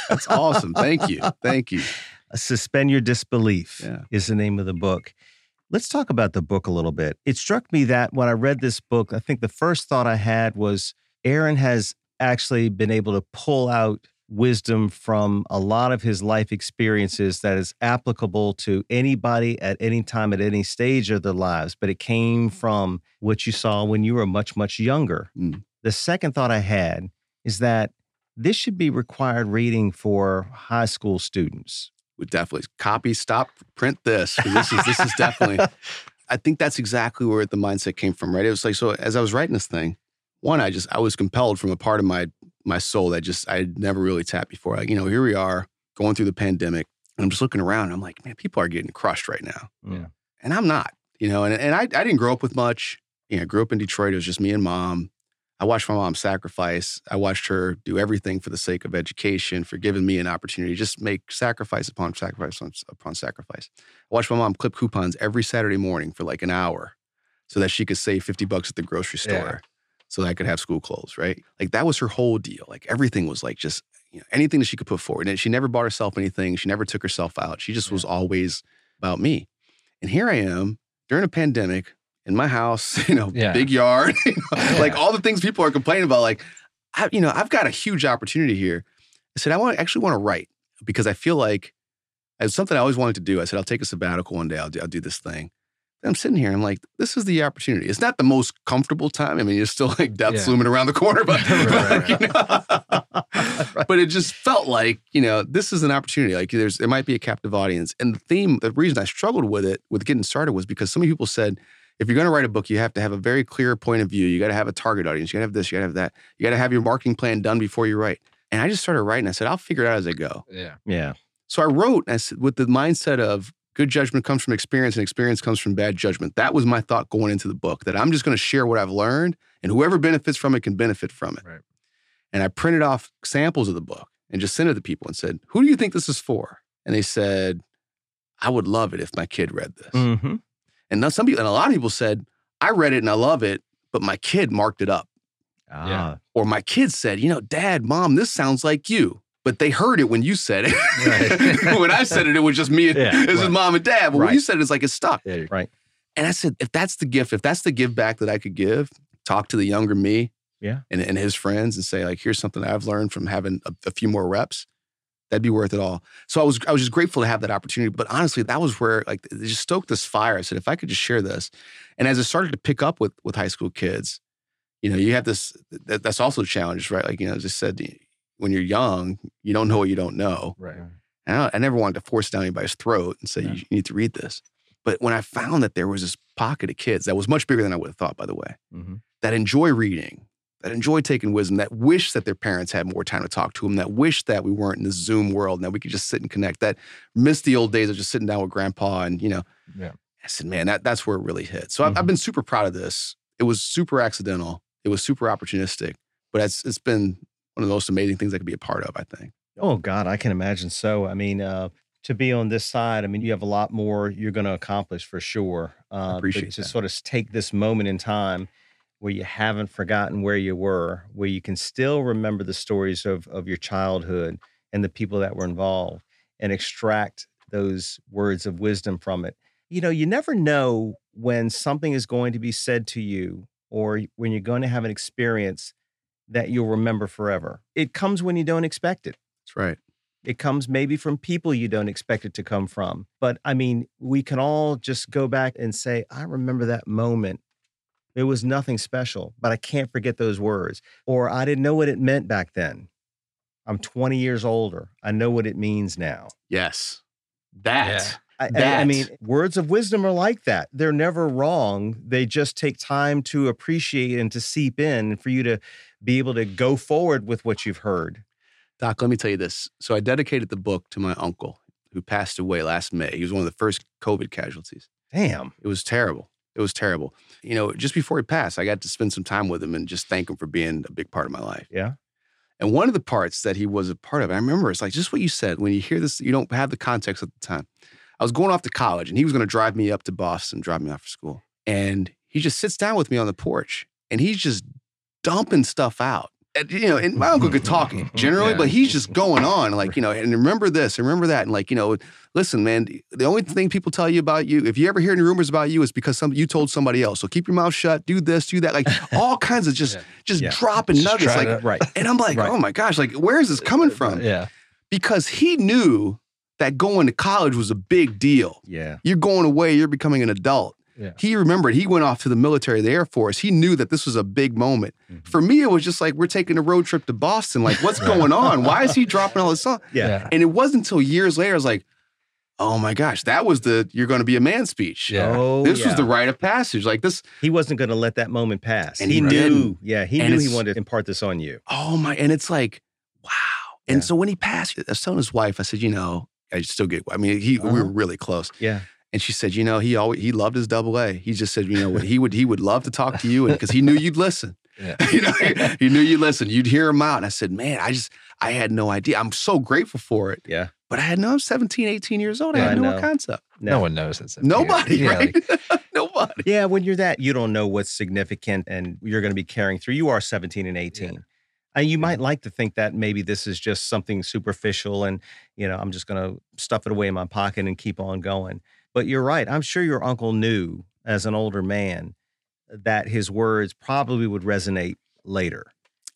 That's awesome. Thank you. Thank you.
Suspend Your Disbelief
Yeah.
is the name of the book. Let's talk about the book a little bit. It struck me that when I read this book, I think the first thought I had was Aaron has actually been able to pull out wisdom from a lot of his life experiences that is applicable to anybody at any time, at any stage of their lives, but it came from what you saw when you were much, much younger.
Mm.
The second thought I had is that this should be required reading for high school students.
Would definitely copy, stop, print this. 'cause This is this is definitely I think that's exactly where the mindset came from, right? It was like so as I was writing this thing, one, I just I was compelled from a part of my my soul that just I had never really tapped before. Like, you know, here we are going through the pandemic. And I'm just looking around. And I'm like, man, people are getting crushed right now.
Yeah.
And I'm not, you know, and, and I, I didn't grow up with much. You know, I grew up in Detroit. It was just me and mom. I watched my mom sacrifice. I watched her do everything for the sake of education, for giving me an opportunity, just make sacrifice upon sacrifice on- upon sacrifice. I watched my mom clip coupons every Saturday morning for like an hour so that she could save 50 bucks at the grocery store
Yeah.
so that I could have school clothes, right? Like that was her whole deal. Like everything was like just you know, anything that she could put forward. And she never bought herself anything. She never took herself out. She just was always about me. And here I am during a pandemic in my house, you know,
Yeah.
big yard, you know,
Yeah.
like all the things people are complaining about. Like, I, you know, I've got a huge opportunity here. I said, I want actually want to write because I feel like it's something I always wanted to do. I said, I'll take a sabbatical one day. I'll do, I'll do this thing. And I'm sitting here. I'm like, this is the opportunity. It's not the most comfortable time. I mean, it's still like death's
Yeah.
looming around the corner, but,
Right,
but, you know, but it just felt like you know this is an opportunity. Like there's there might be a captive audience, and the theme, the reason I struggled with it with getting started was because so many people said if you're going to write a book, you have to have a very clear point of view. You got to have a target audience. You got to have this. You got to have that. You got to have your marketing plan done before you write. And I just started writing. I said I'll figure it out as I go.
Yeah.
Yeah.
So I wrote and I said, with the mindset of good judgment comes from experience and experience comes from bad judgment. That was my thought going into the book that I'm just going to share what I've learned and whoever benefits from it can benefit from it.
Right.
And I printed off samples of the book and just sent it to people and said, Who do you think this is for? And they said, I would love it if my kid read this.
Mm-hmm.
And now some people, and a lot of people said, I read it and I love it, but my kid marked it up.
Ah,
Or my kids said, you know, dad, mom, this sounds like you. But they heard it when you said it.
Right.
when I said it, it was just me. And,
Yeah,
this is
right.
mom and dad. But when you
Right.
said it, it's like it's stuck.
Yeah. you're-
right.
And I said, if that's the gift, if that's the give back that I could give, talk to the younger me
Yeah.
and, and his friends and say, like, here's something I've learned from having a, a few more reps, that'd be worth it all. So I was I was just grateful to have that opportunity. But honestly, that was where like it just stoked this fire. I said, if I could just share this. And as it started to pick up with with high school kids, you know, you have this that, that's also challenges, right? Like, you know, as I said, when you're young, you don't know what you don't know.
Right.
And I, I never wanted to force it down anybody's throat and say,
Yeah.
you need to read this. But when I found that there was this pocket of kids that was much bigger than I would have thought, by the way,
Mm-hmm.
that enjoy reading, that enjoy taking wisdom, that wish that their parents had more time to talk to them, that wish that we weren't in the Zoom world and that we could just sit and connect, that miss the old days of just sitting down with grandpa and, you know,
Yeah.
I said, man, that, that's where it really hit. So I've, I've
Mhm.
been super proud of this. It was super accidental. It was super opportunistic, but it's, it's been one of the most amazing things I could be a part of, I think.
Oh God, I can imagine so. I mean, uh, to be on this side, I mean, you have a lot more you're going to accomplish for sure. Uh,
appreciate
but to
that.
sort of take this moment in time where you haven't forgotten where you were, where you can still remember the stories of of your childhood and the people that were involved, and extract those words of wisdom from it. You know, you never know when something is going to be said to you or when you're going to have an experience that you'll remember forever. It comes when you don't expect it.
That's right.
It comes maybe from people you don't expect it to come from. But I mean, we can all just go back and say, I remember that moment. It was nothing special, but I can't forget those words. Or I didn't know what it meant back then. I'm 20 years older. I know what it means now.
Yes. That.
Yeah.
I, I- I
That.
mean, words of wisdom are like that. They're never wrong. They just take time to appreciate and to seep in and for you to be able to go forward with what you've heard.
Doc, let me tell you this. So I dedicated the book to my uncle who passed away last May. He was one of the first COVID casualties.
Damn.
It was terrible. It was terrible. You know, just before he passed, I got to spend some time with him and just thank him for being a big part of my life.
Yeah.
And one of the parts that he was a part of, I remember it's like just what you said when you hear this, you don't have the context at the time. I was going off to college and he was going to drive me up to Boston, drive me off for school. And he just sits down with me on the porch and he's just dumping stuff out. And, you know, and my uncle could talk generally,
Yeah.
but he's just going on like, you know, and remember this, and remember that. And like, you know, listen, man, the only thing people tell you about you, if you ever hear any rumors about you, is because some, you told somebody else. So keep your mouth shut, do this, do that. Like all kinds of just,
Yeah.
just
Yeah.
dropping
Just
nuggets.
trying
Like,
to-
Right.
and I'm like,
Right. Uh,
oh my gosh, like, where is this coming from?
Yeah.
Because he knew that going to college was a big deal.
Yeah.
You're going away, you're becoming an adult.
Yeah.
He remembered he went off to the military, the Air Force. He knew that this was a big moment. For me, it was just like, we're taking a road trip to Boston. Like, what's going on? Why is he dropping all this on?
Yeah.
And it wasn't until years later, I was like, oh my gosh, that was the you're going to be a man speech.
Yeah.
Oh,
This was
yeah.
the rite of passage. Like, this,
He wasn't going to let that moment pass.
And
he
he
knew.
didn't.
Yeah, he
And
knew he
it's-
wanted to impart this on you.
oh my and it's like wow and
Yeah.
so when he passed i was telling his wife i said you know i still get i mean he we
Uh-huh.
were really close
Yeah.
and she said you know he always he loved his double a he just said you know what he would he would love to talk to you and because he knew you'd listen
Yeah.
you know he knew you'd listen you'd hear him out and i said man i just i had no idea i'm so grateful for it
Yeah.
but i had no i'm 17 18 years old i
Yeah,
had
I
no
know.
concept
No, one knows it's a-
nobody
yeah,
right
like,
nobody
Yeah, when you're that, you don't know what's significant and you're going to be carrying through. You are 17 and 18. And you might like to think that maybe this is just something superficial and, you know, I'm just going to stuff it away in my pocket and keep on going. But you're right. I'm sure your uncle knew as an older man that his words probably would resonate later.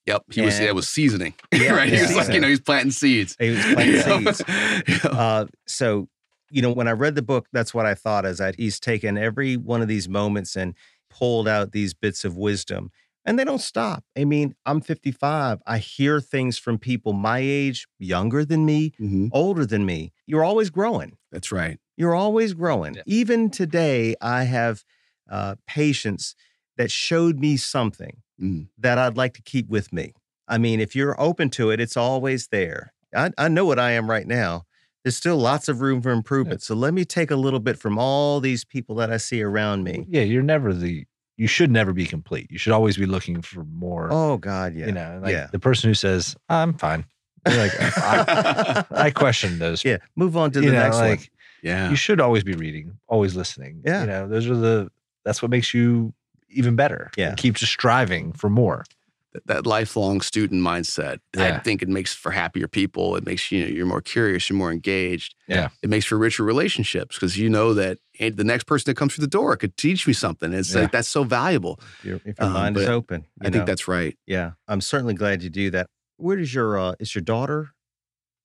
yep he was
And-
that was seasoning
Yeah,
right he
yeah.
was like you know he's planting seeds
He was planting
Yeah.
seeds.
Yeah.
Uh, so, you know, when I read the book, that's what I thought is that he's taken every one of these moments and pulled out these bits of wisdom. And they don't stop. I mean, I'm 55. I hear things from people my age, younger than me,
Mhm.
older than me. You're always growing.
that's right
You're always growing.
Yeah.
Even today, I have uh, patients that showed me something
Mm.
that I'd like to keep with me. I mean, if you're open to it, it's always there. I, I know what I am right now. There's still lots of room for improvement. So let me take a little bit from all these people that I see around me.
Yeah, you're never the. You should never be complete. You should always be looking for more.
Oh God, yeah.
You know, like
yeah.
the person who says, "I'm fine." You're like, I, I question those.
yeah. Move on to the
you know,
next
like
one.
yeah
you should always be reading, always listening.
Yeah.
you know, those are the. That's what makes you even better.
Yeah.
keep just striving for more.
that- that lifelong student mindset. I
Yeah.
think it makes for happier people. It makes you know you're more curious, you're more engaged.
Yeah.
It makes for richer relationships because you know that eh, the next person that comes through the door could teach me something. It's
Yeah.
like that's so valuable.
If your, if your
Um,
mind is
but
open.
I
you know.
think that's right.
yeah. I'm certainly glad you do that. Where does your uh, is your daughter?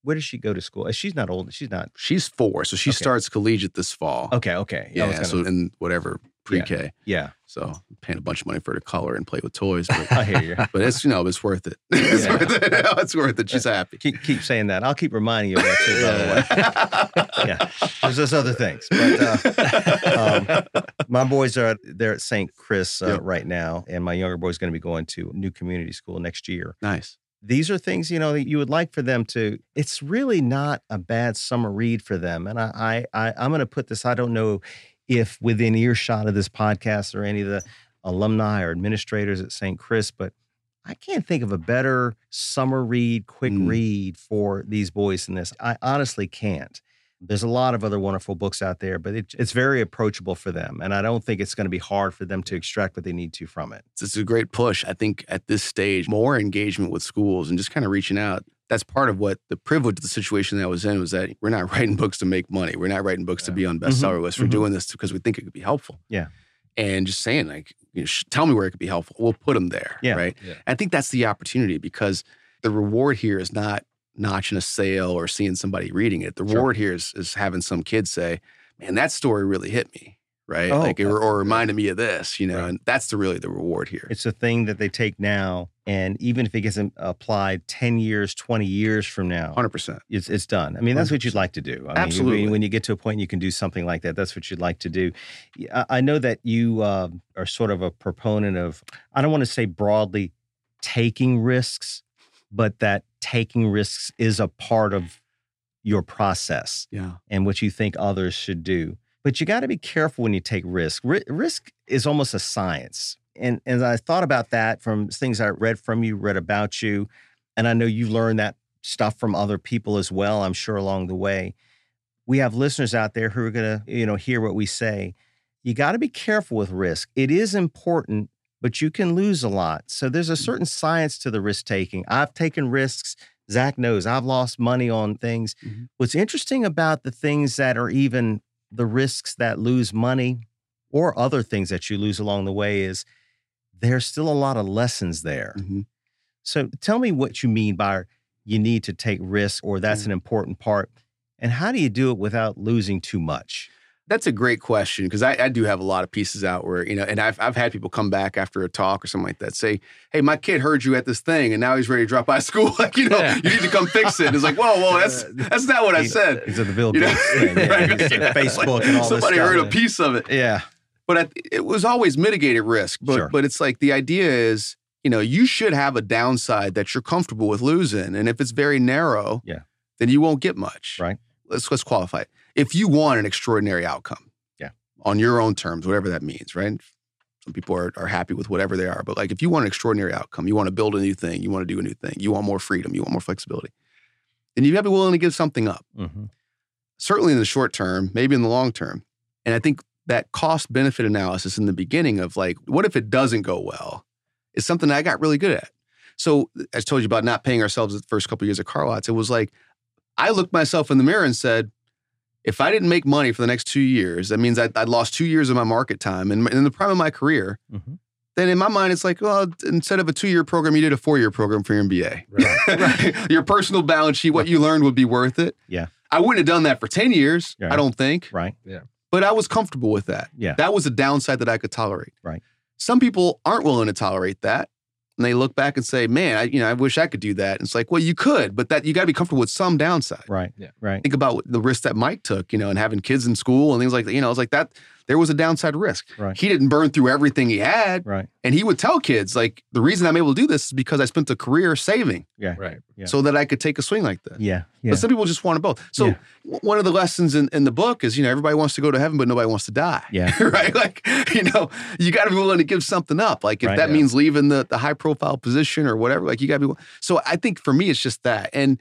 Where does she go to school? Uh, She's not old. She's not.
She's four, so she
Okay.
starts collegiate this fall.
Okay. Okay. I
Yeah,
was gonna-
so in whatever pre-K.
yeah.
So paying a bunch of money for her to color and play with toys, but,
I hear you.
but it's you know it's worth it. it's,
Yeah.
worth it. it's worth it. She's happy.
keep keep saying that. I'll keep reminding you of that too. By the way, yeah. There's those other things, but uh,
um,
my boys are they're at St. Chris uh,
Yeah.
right now, and my younger boy's going to be going to new community school next year.
nice.
These are things you know that you would like for them to. It's really not a bad summer read for them, and I I, I I'm going to put this. I don't know if within earshot of this podcast or any of the alumni or administrators at St. Chris, but I can't think of a better summer read, quick
Mm.
read for these boys than this. I honestly can't. There's a lot of other wonderful books out there, but it, it's very approachable for them. And I don't think it's going to be hard for them to extract what they need to from it.
It's, it's a great push. I think at this stage, more engagement with schools and just kind of reaching out. That's part of what the privilege of the situation that I was in was that we're not writing books to make money. We're not writing books to
Yeah.
be on bestseller lists. We're
mhm.
doing this because we think it could be helpful.
Yeah.
And just saying, like, you know, sh- tell me where it could be helpful. We'll put them there.
Yeah.
Right.
Yeah.
I think that's the opportunity because the reward here is not notching a sale or seeing somebody reading it. The
Sure.
reward here is, is having some kid say, man, that story really hit me. Right.
Oh,
like, it,
that's-
or reminded me of this, you know,
Right.
and that's the really the reward here.
It's a thing that they take now. And even if it gets im- applied 10 years, 20 years from now,
Hundred percent.
it's, it's done. I mean, that's what you'd like to do. I mean,
Absolutely.
when you get to a point you can do something like that, that's what you'd like to do. I, I know that you uh, are sort of a proponent of, I don't want to say broadly taking risks, but that taking risks is a part of your process
Yeah.
and what you think others should do. But you got to be careful when you take risk. Ri risk is almost a science. And and I thought about that from things I read from you, read about you, and I know you learned that stuff from other people as well, I'm sure along the way. We have listeners out there who are going to, you know, hear what we say. You got to be careful with risk. It is important, but you can lose a lot. So there's a certain science to the risk taking. I've taken risks. Zach knows I've lost money on things.
Mhm.
What's interesting about the things that are even the risks that lose money or other things that you lose along the way is there's still a lot of lessons there.
Mhm.
So tell me what you mean by you need to take risk or that's
Mm.
an important part. And how do you do it without losing too much?
That's a great question because I, I do have a lot of pieces out where you know, and I've I've had people come back after a talk or something like that say, "Hey, my kid heard you at this thing, and now he's ready to drop out of school. like you know,
Yeah.
you need to come fix it." It's like, whoa, whoa, that's
Uh,
that's not what I said.
These are the Bill
You know?
Gates thing, yeah,
Right?
these are Facebook and all
Somebody
this
heard
stuff.
a piece of it.
yeah.
but I, it was always mitigated risk. But
Sure.
but it's like the idea is, you know, you should have a downside that you're comfortable with losing, and if it's very narrow,
Yeah.
then you won't get much.
Right.
Let's let's qualify it. If you want an extraordinary outcome,
Yeah.
on your own terms, whatever that means, right? Some people are, are happy with whatever they are, but like if you want an extraordinary outcome, you want to build a new thing, you want to do a new thing, you want more freedom, you want more flexibility, then you got to be willing to give something up
Mm-hmm.
certainly in the short term, maybe in the long term. And I think that cost benefit analysis in the beginning of like, what if it doesn't go well, is something I got really good at. So I told you about not paying ourselves the first couple of years of car lots. It was like, I looked myself in the mirror and said, if I didn't make money for the next two years, that means I, I lost two years of my market time and in the prime of my career.
Mhm.
Then in my mind, it's like, well, instead of a two-year program, you did a four-year program for your MBA.
Right.
your personal balance sheet, what you learned would be worth it.
Yeah.
I wouldn't have done that for 10 years,
Yeah.
I don't think,
Right.
but I was comfortable with that.
Yeah.
That was a downside that I could tolerate.
Right.
Some people aren't willing to tolerate that. And they look back and say, man, I, you know, I wish I could do that. And it's like, well, you could, but that you got to be comfortable with some downside.
Right.
Yeah.
Right.
Think about the risk that Mike took, you know, and having kids in school and things like that. You know, it's like that, there was a downside risk.
Right.
He didn't burn through everything he had.
Right.
And he would tell kids, like, the reason I'm able to do this is because I spent a career saving
Right.
Yeah.
so that I could take a swing like this.
Yeah. Yeah.
But some people just wanted both. So
Yeah.
w- one of the lessons in, in the book is, you know, everybody wants to go to heaven, but nobody wants to die.
Yeah.
right. Like, you know, you got to be willing to give something up. Like if
Right,
that
yeah.
means leaving the, the high profile position or whatever, like you got to be. wi- So I think for me, it's just that. And,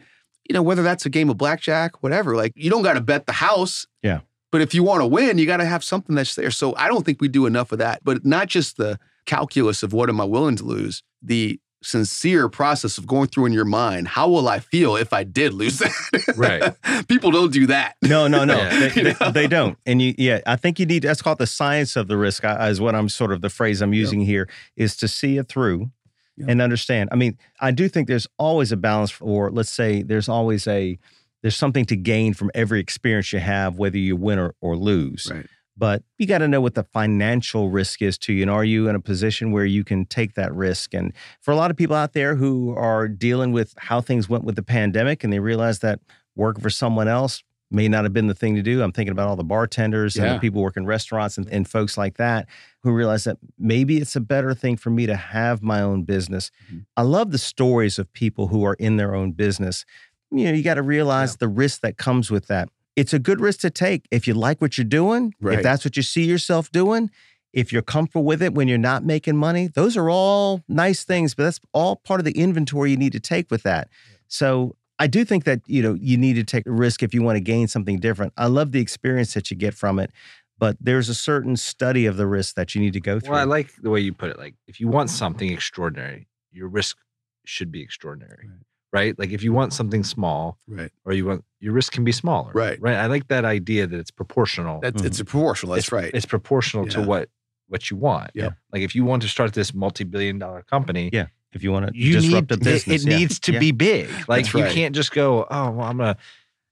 you know, whether that's a game of blackjack, whatever, like you don't got to bet the house.
Yeah.
But if you want to win, you got to have something that's there. So I don't think we do enough of that, but not just the calculus of what am I willing to lose, the sincere process of going through in your mind, how will I feel if I did lose that?
Right.
People don't do that.
No, no, no.
Yeah.
They,
You
they-
know?
they don't. And you, yeah, I think you need. That's called the science of the risk. I- Is what I'm sort of the phrase I'm using here is to see it through
Yeah.
and understand. I mean, I do think there's always a balance, or let's say there's always a there's something to gain from every experience you have, whether you win or, or lose.
Right.
But you got to know what the financial risk is to you, and are you in a position where you can take that risk? And for a lot of people out there who are dealing with how things went with the pandemic, and they realize that working for someone else may not have been the thing to do. I'm thinking about all the bartenders and
Yeah.
the people working restaurants and, and folks like that who realize that maybe it's a better thing for me to have my own business.
Mhm.
I love the stories of people who are in their own business. You know, you got to realize the risk that comes with that. It's a good risk to take if you like what you're doing, if
Right.
that's what you see yourself doing, if you're comfortable with it when you're not making money. Those are all nice things, but that's all part of the inventory you need to take with that. So I do think that you know you need to take a risk if you want to gain something different. I love the experience that you get from it, but there's a certain study of the risk that you need to go through.
Well, I like the way you put it. Like, if you want something extraordinary, your risk should be extraordinary,
Right.
right? Like, if you want something small,
Right.
or you want your risk can be smaller,
Right.
Right. I like that idea that it's proportional.
That's
Mm-hmm.
it's a proportional. That's
it's,
right.
It's proportional to
Yeah.
what what you want.
Yeah.
Like, if you want to start this multi-billion-dollar company,
Yeah. if you want to
you
disrupt
need
the business,
It, it
yeah.
needs to
Yeah.
be big. Like,
That's
you
right.
can't just go, oh, well, I'm gonna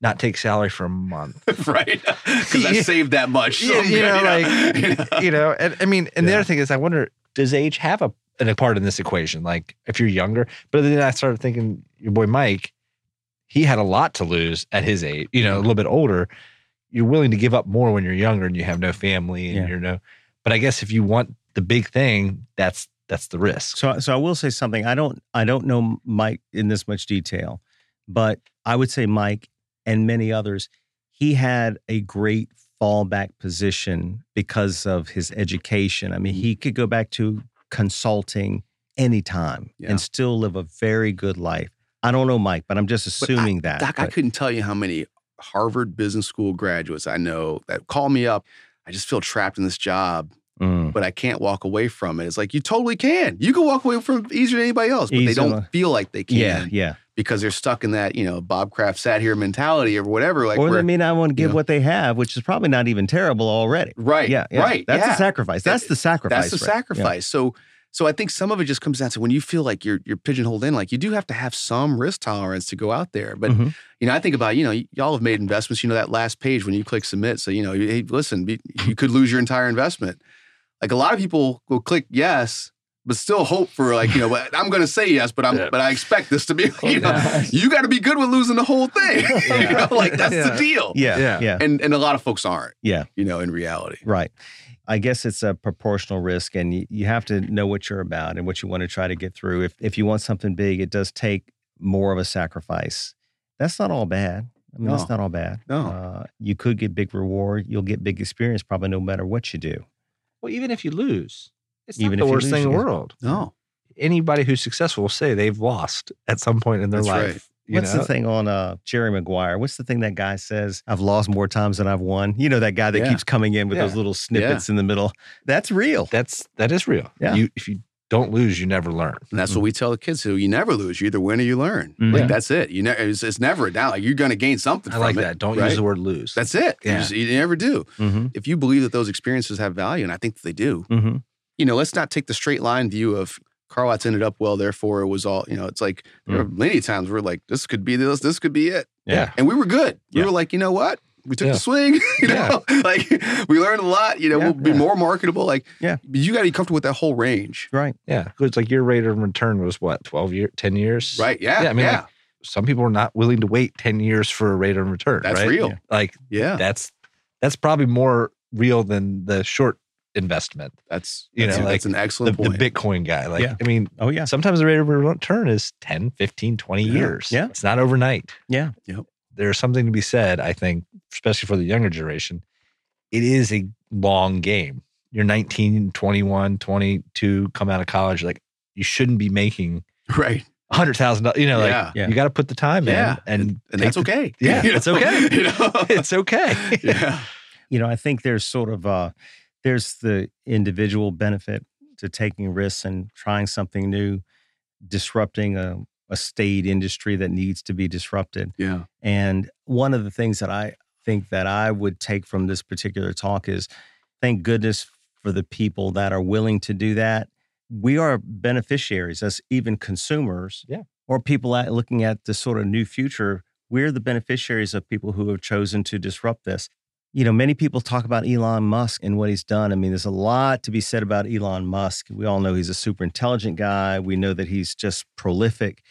not take salary for a month.
right. Because I
Yeah.
saved that much. so
Yeah,
I'm
you
good,
know,
you
like
know?
you know, and I mean, and the
Yeah.
other thing is, I wonder, does age have a, a part in this equation? Like, if you're younger, but then I started thinking, your boy Mike, he had a lot to lose at his age. You know, a little bit older, you're willing to give up more when you're younger and you have no family and
Yeah.
you're no. But I guess if you want the big thing, that's that's the risk.
So, so I will say something. I don't, I don't know Mike in this much detail, but I would say Mike and many others, he had a great fallback position because of his education. I mean,
Mm-hmm.
he could go back to consulting anytime
Yeah.
and still live a very good life. I don't know Mike, but I'm just
But I-
assuming that.
Doc, I
but-
couldn't tell you how many Harvard Business School graduates I know that call me up. I just feel trapped in this job,
Mm.
but I can't walk away from it. It's like you totally can. You can walk away from it easier than anybody else, but they
Easy, uh,
don't feel like they can
yeah, yeah.
because they're stuck in that you know Bob Kraft sat here mentality or whatever. Like
or they
where-
may not want to give
know.
what they have, which is probably not even terrible already.
right,
Yeah, yeah.
right,
That's
yeah.
the sacrifice. That's the sacrifice.
That's the
right? Yeah.
sacrifice. So so I think some of it just comes down to when you feel like you're you're pigeonholed in, like you do have to have some risk tolerance to go out there. But
Mhm.
you know, I think about you know y- y'all have made investments. You know that last page when you click submit. So you know, you- hey, listen, be, you could lose your entire investment. Like a lot of people will click yes. But still hope for like you know what I'm going to say yes, but I'm
Yeah.
but I expect this to be
Oh,
you know
Yeah.
you got to be good with losing the whole thing you know, like that's
Yeah.
the deal
Yeah,
Yeah.
yeah, yeah.
and and a lot of folks aren't you know in reality
Right. I guess it's a proportional risk, and you, you have to know what you're about and what you want to try to get through. If if you want something big, it does take more of a sacrifice. That's not all bad. I mean, that's
No.
not all bad.
no
Uh, you could get big reward. You'll get big experience, probably no matter what you do.
Well, even if you lose, it's
Even if
not the
you
worst
lose,
thing in the
yeah.
world.
no
Anybody who's successful will say they've lost at some point in their
That's
life.
right.
you
What's
know?
the thing on uh, Jerry Maguire? What's the thing that guy says? I've lost more times than I've won. You know that guy that
Yeah.
keeps coming in with
Yeah.
those little snippets in the middle. That's real.
that's that is real.
Yeah.
You if you don't lose, you never learn.
And that's what
Mm-hmm.
we tell the kids who you never lose. You either win or you learn.
Mhm.
Like that's it. You know, it's, it's never a down. Like, you're going to gain something.
Mm-hmm. I
from
like
it,
that. Don't
right?
use the word lose.
That's it. You,
Yeah.
just- you never do.
Mm-hmm.
If you believe that those experiences have value, and I think they do,
Mm-hmm.
you know, let's not take the straight line view of Carlots ended up well, therefore it was all. You know, it's like there
Mm.
were many times we're like, this could be this, this could be it,
yeah.
and we were good. We
Yeah.
were like, you know what? We took
Yeah.
the swing. You know, like we learned a lot. You know,
Yeah,
we'll be
yeah.
more marketable. Like,
Yeah.
but you got to be comfortable with that whole range,
Right.
Yeah. It's like your rate of return was what, 12 year, 10 years?
right? Yeah,
Yeah,
yeah,
I mean, like, Some people are not willing to wait 10 years for a rate of return.
that's
right?
real.
Yeah.
Like
yeah.
that's that's probably more real than the short investment.
That's
You
that's,
know, like,
that's an
The,
excellent
the
point.
Bitcoin guy. Like,
Yeah.
I mean,
Oh yeah.
sometimes the rate of return is 10, 15, 20
Yeah.
years.
Yeah.
It's not overnight.
Yeah.
Yep.
There's something to be said, I think, especially for the younger generation. It is a long game. You're 19, 21, 22, come out of college. Like, you shouldn't be making
right?
$100,000. You know, like,
yeah,
Yeah.
you got to put the time
yeah,
in. And,
and
take
that's
the-
okay.
Yeah, it's okay.
You know?
It's okay.
yeah,
you know i think there's sort of uh there's the individual benefit to taking risks and trying something new disrupting a, a staid industry that needs to be disrupted.
Yeah.
And one of the things that I think that I would take from this particular talk is thank goodness for the people that are willing to do that. We are beneficiaries as even consumers
Yeah.
or people at, looking at the sort of new future. We're the beneficiaries of people who have chosen to disrupt this. You know, many people talk about Elon Musk and what he's done. I mean, there's a lot to be said about Elon Musk. We all know he's a super intelligent guy. We know that he's just prolific.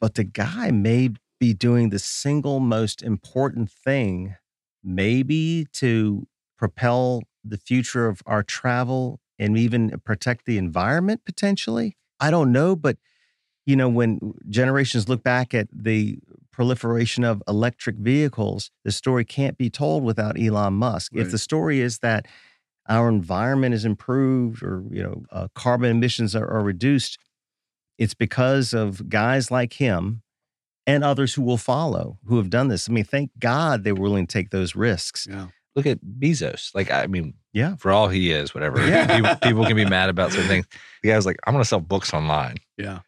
But the guy may be doing the single most important thing, maybe to propel the future of our travel and even protect the environment potentially. I don't know, but you know, when generations look back at the proliferation of electric vehicles, the story can't be told without Elon Musk. If
Right.
the story is that our environment is improved or you know uh, carbon emissions are, are reduced, it's because of guys like him and others who will follow who have done this. I mean, thank God they were willing to take those risks.
Yeah.
Look at Bezos. Like, I mean,
Yeah.
for all he is, whatever.
Yeah.
People, people can be mad about certain things. The guy's like, I'm going to sell books online.
Yeah.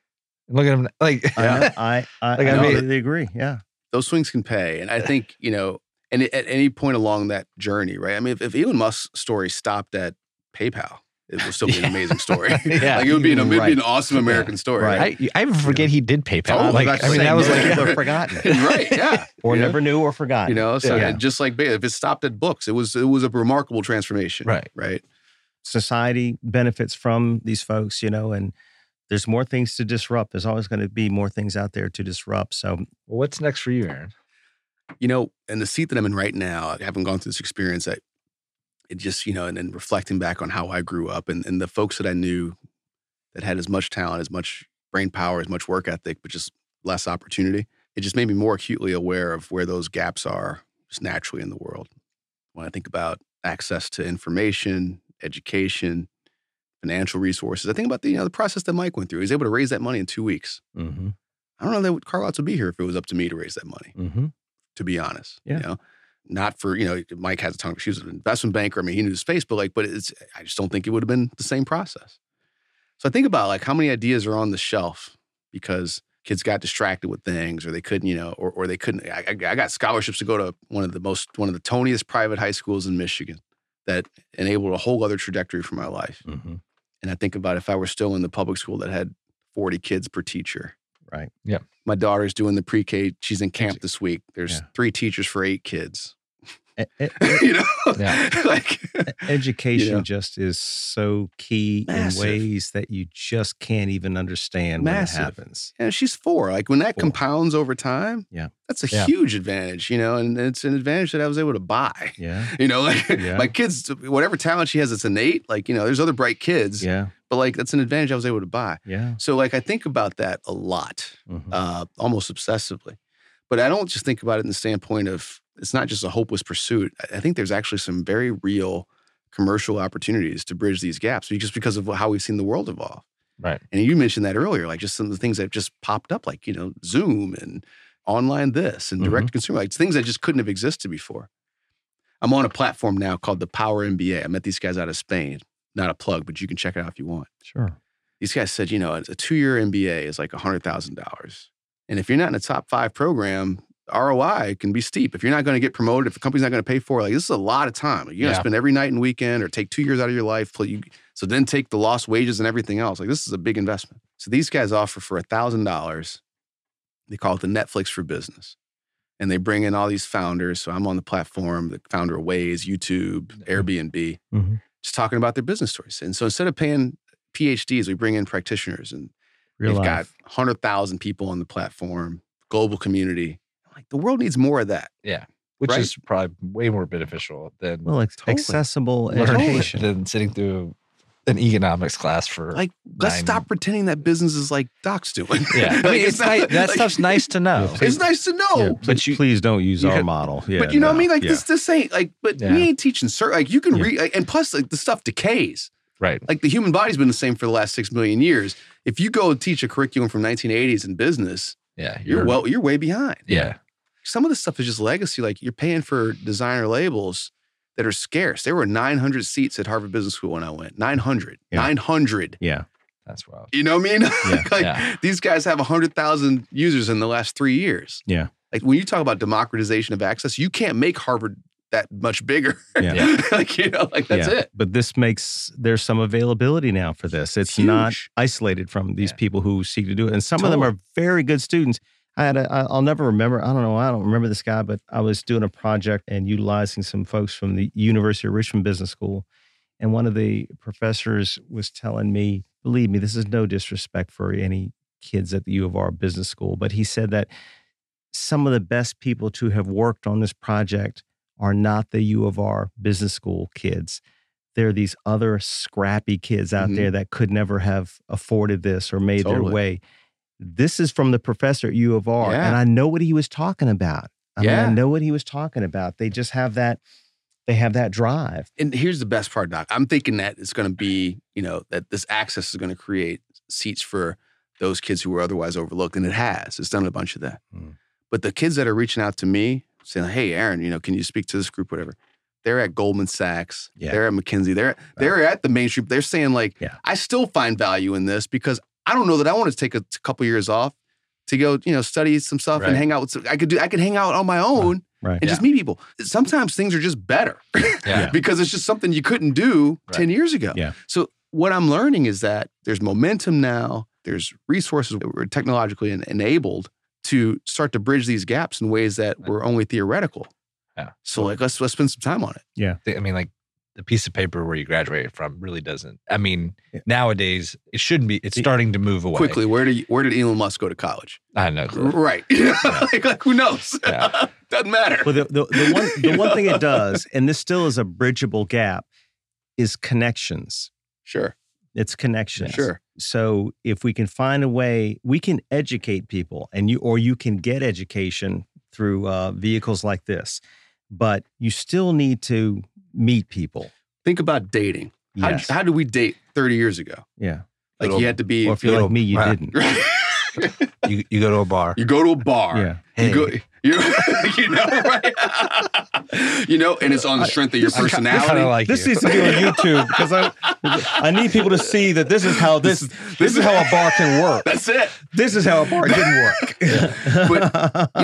And look at him. Like,
I, know, I, I,
Like,
I
I mean-
completely agree. Yeah.
Those swings can pay. And I think, you know, and at any point along that journey, right? I mean, if, if Elon Musk's story stopped at PayPal, it would still be an
Yeah.
amazing story.
Yeah.
like it would be an, it'd be
Right.
an awesome American story.
Right.
Right.
I, I even forget he did PayPal.
Oh, I was
like,
about to
I mean,
say,
that was
yeah.
like,
people have forgotten it,
right. Yeah.
or
You know?
never knew or forgotten.
You know, so
Yeah.
it- just like if it stopped at books, it was it was a remarkable transformation.
Right.
Right.
Society benefits from these folks, you know, and there's more things to disrupt. There's always going to be more things out there to disrupt. So
well, what's next for you, Aaron?
You know, and the seat that I'm in right now, having gone through this experience, I it just, you know, and then reflecting back on how I grew up and, and the folks that I knew that had as much talent, as much brain power, as much work ethic, but just less opportunity. It just made me more acutely aware of where those gaps are just naturally in the world. When I think about access to information, education, financial resources, I think about the you know the process that Mike went through. He was able to raise that money in two weeks.
Mm-hmm,
I don't know that Carlots would be here if it was up to me to raise that money
mm-hmm,
to be honest.
Yeah.
You know, not for, you know, Mike has a tongue. She was an investment banker. I mean, he knew his space, but like, but it's, I just don't think it would have been the same process. So I think about like how many ideas are on the shelf because kids got distracted with things or they couldn't, you know, or, or they couldn't. I, I I got scholarships to go to one of the most, one of the toniest private high schools in Michigan that enabled a whole other trajectory for my life.
mm-hmm.
And I think about if I were still in the public school that had 40 kids per teacher,
Right.
my daughter's doing the pre-K. She's in camp this week. There's
Yeah.
three teachers for eight kids.
E- e-
you know,
Yeah.
like
education
Yeah.
just is so key
Massive.
in ways that you just can't even understand
Massive.
when it happens.
and she's four. Like when that
Four.
compounds over time,
Yeah.
that's a
Yeah.
huge advantage. You know, and it's an advantage that I was able to buy.
Yeah.
You know, like
Yeah.
my kids, whatever talent she has, it's innate. Like you know, there's other bright kids,
Yeah.
but like that's an advantage I was able to buy.
Yeah.
So like I think about that a lot.
Mhm.
uh, almost obsessively. But I don't just think about it in the standpoint of it's not just a hopeless pursuit. I I think there's actually some very real commercial opportunities to bridge these gaps just because of how we've seen the world evolve.
Right.
And you mentioned that earlier, like just some of the things that just popped up, like, you know, Zoom and online this and direct to consumer, like things that just couldn't have existed before. I'm on a platform now called the Power MBA. I met these guys out of Spain. Not a plug, but you can check it out if you want
Sure.
these guys said, you know, a two year MBA is like $100,000. And if you're not in a top five program, ROI can be steep. If you're not going to get promoted, if the company's not going to pay for it, like this is a lot of time. You're going
Yeah.
to spend every night and weekend or take two years out of your life. pl- you- So then take the lost wages and everything else. Like this is a big investment. So these guys offer for $1,000. They call it the Netflix for business. And they bring in all these founders. So I'm on the platform, the founder of Waze, YouTube, Airbnb,
Mhm.
just talking about their business stories. And so instead of paying PhDs, we bring in practitioners, and
Real
we've got
life.
100,000 people on the platform, global community. I'm Like the world needs more of that.
Which
Right.
is probably way more beneficial than
well, it's
Totally.
accessible
learning
education.
than sitting through an economics class for.
Like, let's
Nine-
stop pretending that business is like Doc's doing.
yeah. I mean,
Like,
it's
not-
ni- that
like,
stuff's nice to know.
Yeah.
It's nice to know.
Yeah,
but
please,
you-
please don't use
Oh, you
our
could-
model. Yeah,
but you know what I
no,
mean? Like
yeah.
this, this ain't like. But
Yeah.
we ain't teaching. Cert- like you can
Yeah.
read, like, and plus, like the stuff decays.
Right.
Like the human body's been the same for the last six million years. If you go and teach a curriculum from 1980s in business,
Yeah.
you're well, you're way behind.
Yeah.
some of this stuff is just legacy. Like you're paying for designer labels that are scarce. There were 900 seats at Harvard Business School when I went. 900.
Yeah.
900.
Yeah.
That's wild.
You know what I mean? like,
yeah.
These guys have 100,000 users in the last three years.
Yeah.
Like when you talk about democratization of access, you can't make Harvard that much bigger.
Yeah.
like, you know, like that's
Yeah.
it.
But this makes there's some availability now for this. It's
Huge.
not isolated from these
Yeah.
people who seek to do it, and some of them are very good students. I had a, I- I'll never remember. I don't know. I don't remember this guy, but I was doing a project and utilizing some folks from the University of Richmond Business School, and one of the professors was telling me, believe me, this is no disrespect for any kids at the U of R Business School, but he said that some of the best people to have worked on this project are not the U of R Business School kids there are these other scrappy kids out
Mhm.
there that could never have afforded this or made their
Totally.
way. This is from the professor at U of R, and
Yeah.
I know what he was talking about. I mean,
Yeah.
I know what he was talking about. They just have that, they have that drive.
And here's the best part, Doc. I'm thinking that it's going to be, you know, that this access is going to create seats for those kids who were otherwise overlooked. And it has. It's done a bunch of that.
Hmm.
Mm.
But the kids that are reaching out to me saying, hey, Aaron, you know, can you speak to this group, whatever? They're at Goldman Sachs.
Yeah.
They're at McKinsey. They're they're at the mainstream. They're saying like,
Yeah.
I still find value in this because I don't know that I want to take a t- couple years off to go, you know, study some stuff
Right.
and hang out with. Some, I could do. I could hang out on my own
Right.
and just meet people. Sometimes things are just better
Yeah.
because it's just something you couldn't do
Right.
10 years ago.
Yeah.
So what I'm learning is that there's momentum now, there's resources that were technologically en- enabled to start to bridge these gaps in ways that were only theoretical.
Yeah.
So like let's let's spend some time on it.
I mean, like the piece of paper where you graduated from really doesn't. I mean,
Yeah.
nowadays it shouldn't be. It's
It-
starting to move away
Quickly, where did where did Elon Musk go to college?
I know.
Right. like, like who knows?
Yeah.
Doesn't matter.
Well, the, the, the one the one thing it does, and this still is a bridgeable gap, is connections.
sure.
It's connections.
Sure.
So if we can find a way, we can educate people, and you or you can get education through uh, vehicles like this, but you still need to meet people.
Think about dating. How,
Yes.
how did we date 30 years ago?
yeah.
Like
Little-
you had to be
Or if you're like me, you
Right.
didn't.
You you go to a bar.
you go to a bar.
Yeah.
Hey,
You, go, you, you know, right? you know, and it's on the strength of your personality.
kind of like
This
you.
needs to be on YouTube because I I need people to see that this is how this this is how a bar can work.
That's it.
This is how a bar can work.
You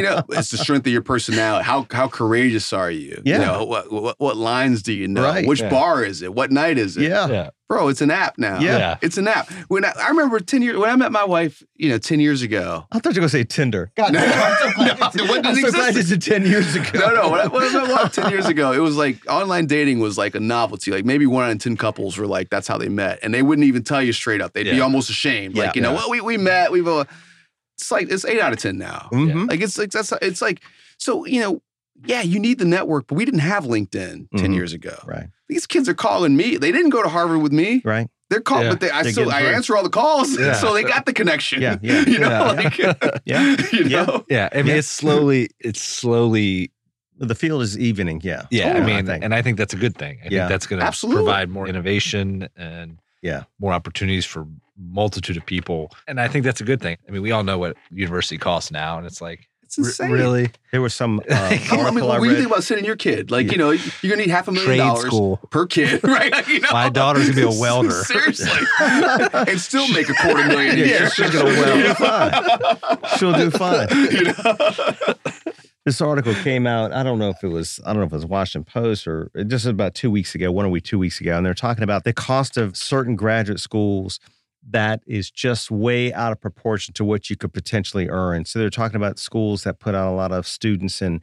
know, it's the strength of your personality. How how courageous are you?
Yeah.
You know, what what, what lines do you know?
Right.
Which
Yeah.
bar is it? What night is it?
yeah.
yeah.
Bro, it's an app now.
Yeah.
Yeah.
It's an app. When I, I remember 10 years when I met my wife, you know, 10 years ago.
I thought you were gonna say Tinder. God,
No,
damn, I'm so glad
no, no,
it's-
it wasn't
I'm so glad
existed.
it's ten years ago.
No, no. When I, when I met my wife 10 years ago, it was like online dating was like a novelty. Like maybe one out of 10 couples were like, that's how they met. And they wouldn't even tell you straight up. They'd be
Yeah.
almost ashamed.
Yeah.
like, you know,
Yeah.
well, we, we met. We've, uh, it's like, it's eight out of 10 now.
Mhm.
Like, it's like, that's, it's like, so, you know, yeah, you need the network, but we didn't have LinkedIn 10
Mhm.
years ago.
Right.
These kids are calling me. They didn't go to Harvard with me.
Right.
They're calling,
Yeah.
but they, I
They're
still,
getting
I
through.
answer all the calls.
Yeah.
So they got the connection.
Yeah, yeah,
you know,
yeah.
like,
Yeah.
you
Yeah.
know,
Yeah, I mean,
Yeah.
it's slowly, it's slowly,
The field is evening. Yeah.
yeah.
Totally.
I mean,
I think.
and I think that's a good thing. I
Yeah.
think that's going to
Absolutely.
provide more innovation and
Yeah.
more opportunities for multitude of people. And I think that's a good thing. I mean, we all know what university costs now, and it's like
it's
re-
insane.
really
There was some uh,
Like,
How, I mean,
article I
what do you think
read.
about sending your kid? Like, you know, you're gonna need half a million
trade
dollars
school.
per kid, right? Like, you know?
My daughter's gonna be a welder.
Seriously, and still make a quarter million a
Yeah,
year.
she's gonna weld. She'll do fine.
You know?
This article came out. I don't know if it was. I don't know if it was Washington Post or uh, just about two weeks ago. One week, two weeks ago, and they're talking about the cost of certain graduate schools that is just way out of proportion to what you could potentially earn. So they're talking about schools that put out a lot of students in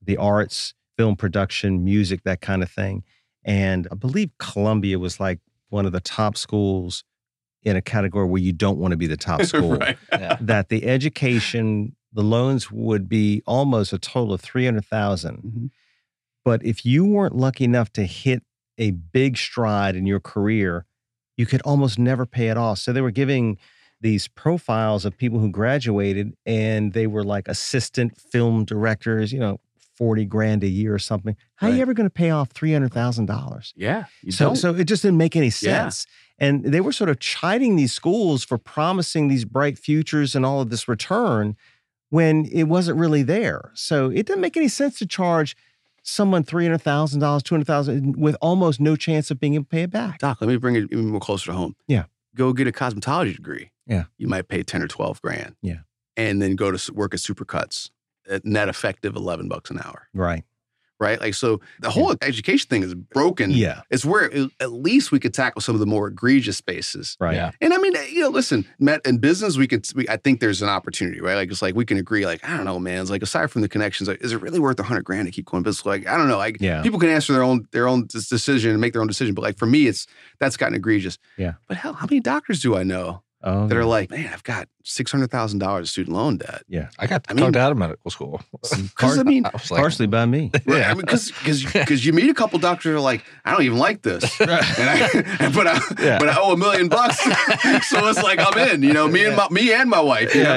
the arts, film production, music, that kind of thing. And I believe Columbia was like one of the top schools in a category where you don't want to be the top school
right.
Yeah.
that the education the loans would be almost a total of 300,000
Mhm.
but if you weren't lucky enough to hit a big stride in your career you could almost never pay it off so they were giving these profiles of people who graduated and they were like assistant film directors you know 40 grand a year or something how are
Right.
you ever going to pay off $300,000
Yeah, you
so,
don't.
so it just didn't make any
Yeah.
sense. And they were sort of chiding these schools for promising these bright futures and all of this return when it wasn't really there. So it didn't make any sense to charge someone $300,000, $200,000 with almost no chance of being able to pay it back.
Doc, let me bring it even more closer to home.
Yeah.
go get a cosmetology degree.
Yeah.
You might pay 10 or 12 grand.
Yeah.
And then go to s- work at Supercuts at net effective 11 bucks an hour.
Right.
Right. Like, so the whole education thing is broken.
Yeah.
It's where it- at least we could tackle some of the more egregious spaces.
Right.
Yeah.
And I mean, eh, you know, listen, Matt, in business, we could, we, I think there's an opportunity, right? Like, it's like we can agree, like, I don't know, man. It's like, aside from the connections, like, is it really worth 100 grand to keep going business? Like, I don't know. Like,
Yeah.
people can answer their own their own dis- decision and make their own decision. But like for me, it's that's gotten egregious.
Yeah.
But hell, how many doctors do I know
Oh,
that are like, man, I've got six hundred thousand dollars of student loan debt?
I got
I
talked
mean-
out of medical school.
Because I mean,
I was like,
partially by me.
right, I mean, because because you meet a couple doctors who are like, I don't even like this, and I, but I
Yeah.
but I owe a million bucks, so it's like I'm in. You know, me and my me and my wife. you
yeah,
know?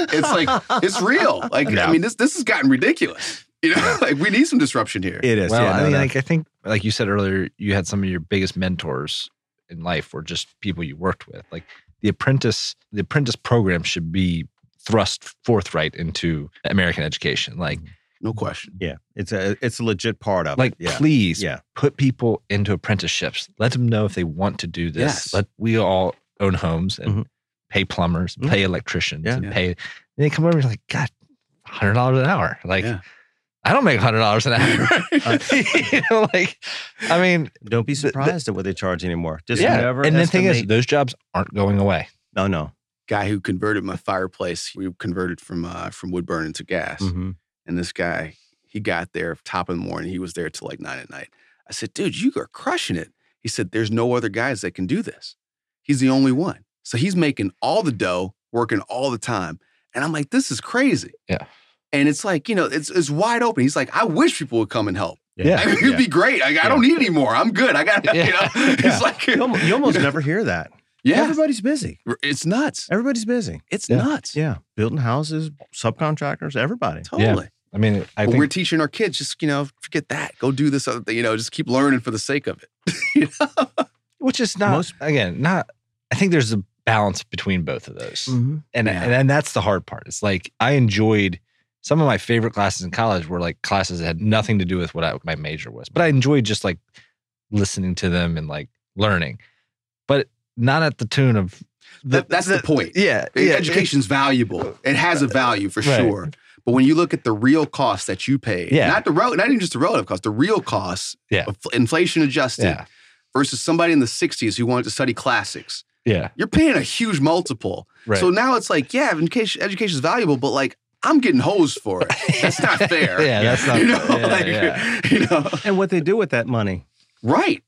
yeah.
It's like it's real. Like
Yeah.
I mean, this this has gotten ridiculous. You know, like we need some disruption here.
It is.
Well,
yeah,
I
no,
mean,
no.
like I think, like you said earlier, you had some of your biggest mentors in life were just people you worked with. Like the apprentice, the apprentice program should be thrust forthright into American education. Like,
No question.
yeah, it's a it's a legit part of
like
it. Yeah.
please
Yeah.
put people into apprenticeships. Let them know if they want to do this.
Yes.
Let we all own homes and
Mhm.
pay plumbers,
Mhm.
pay electricians,
Yeah.
and
Yeah.
pay. And they come over and you're like, God, hundred dollars an hour. Like,
Yeah.
I don't make hundred dollars an hour. you know, like, I mean,
Don't be
the-
surprised at what they charge anymore. Just
yeah.
never.
and the thing is,
estimate-
those jobs aren't going away.
no, no.
guy who converted my fireplace. We converted from uh, from wood burning to gas,
Mhm.
and this guy he got there top of the morning. He was there till like nine at night. I said, "Dude, you are crushing it." He said, "There's no other guys that can do this. He's the only one. So he's making all the dough, working all the time." And I'm like, "This is crazy."
Yeah.
And it's like you know, it's it's wide open. He's like, "I wish people would come and help.
Yeah.
I mean, it'd be great. I, I don't need any more. I'm good. I got
Yeah.
you know."
Yeah.
It's like
You almost, you almost never hear that.
yeah,
Everybody's busy.
it's nuts.
Everybody's busy.
It's
Yeah.
nuts.
Yeah. Building houses, subcontractors, everybody.
Totally.
I mean, I
But
think
we're teaching our kids just you know forget that go do this other thing you know just keep learning for the sake of it You know?
which is not
Most-
again not. I think there's a balance between both of those. and
Yeah.
and, and that's the hard part. It's like I enjoyed some of my favorite classes in college were like classes that had nothing to do with what I, my major was, but I enjoyed just like listening to them and like learning, but not at the tune of
That- that's the point. E-,
Yeah, yeah,
education's valuable it has a value for
Right.
sure but when you look at the real cost that you pay
Yeah.
not the rel- not even just the relative cost the real cost
Yeah.
of inflation adjusted
yeah,
versus somebody in the 60s who wanted to study classics
yeah,
you're paying a huge multiple
right.
so now it's like yeah education education's valuable but like I'm getting hosed for it. That's not fair.
Yeah, that's not
you know,
fair. Yeah,
like,
yeah.
you know,
And what they do with that money.
right?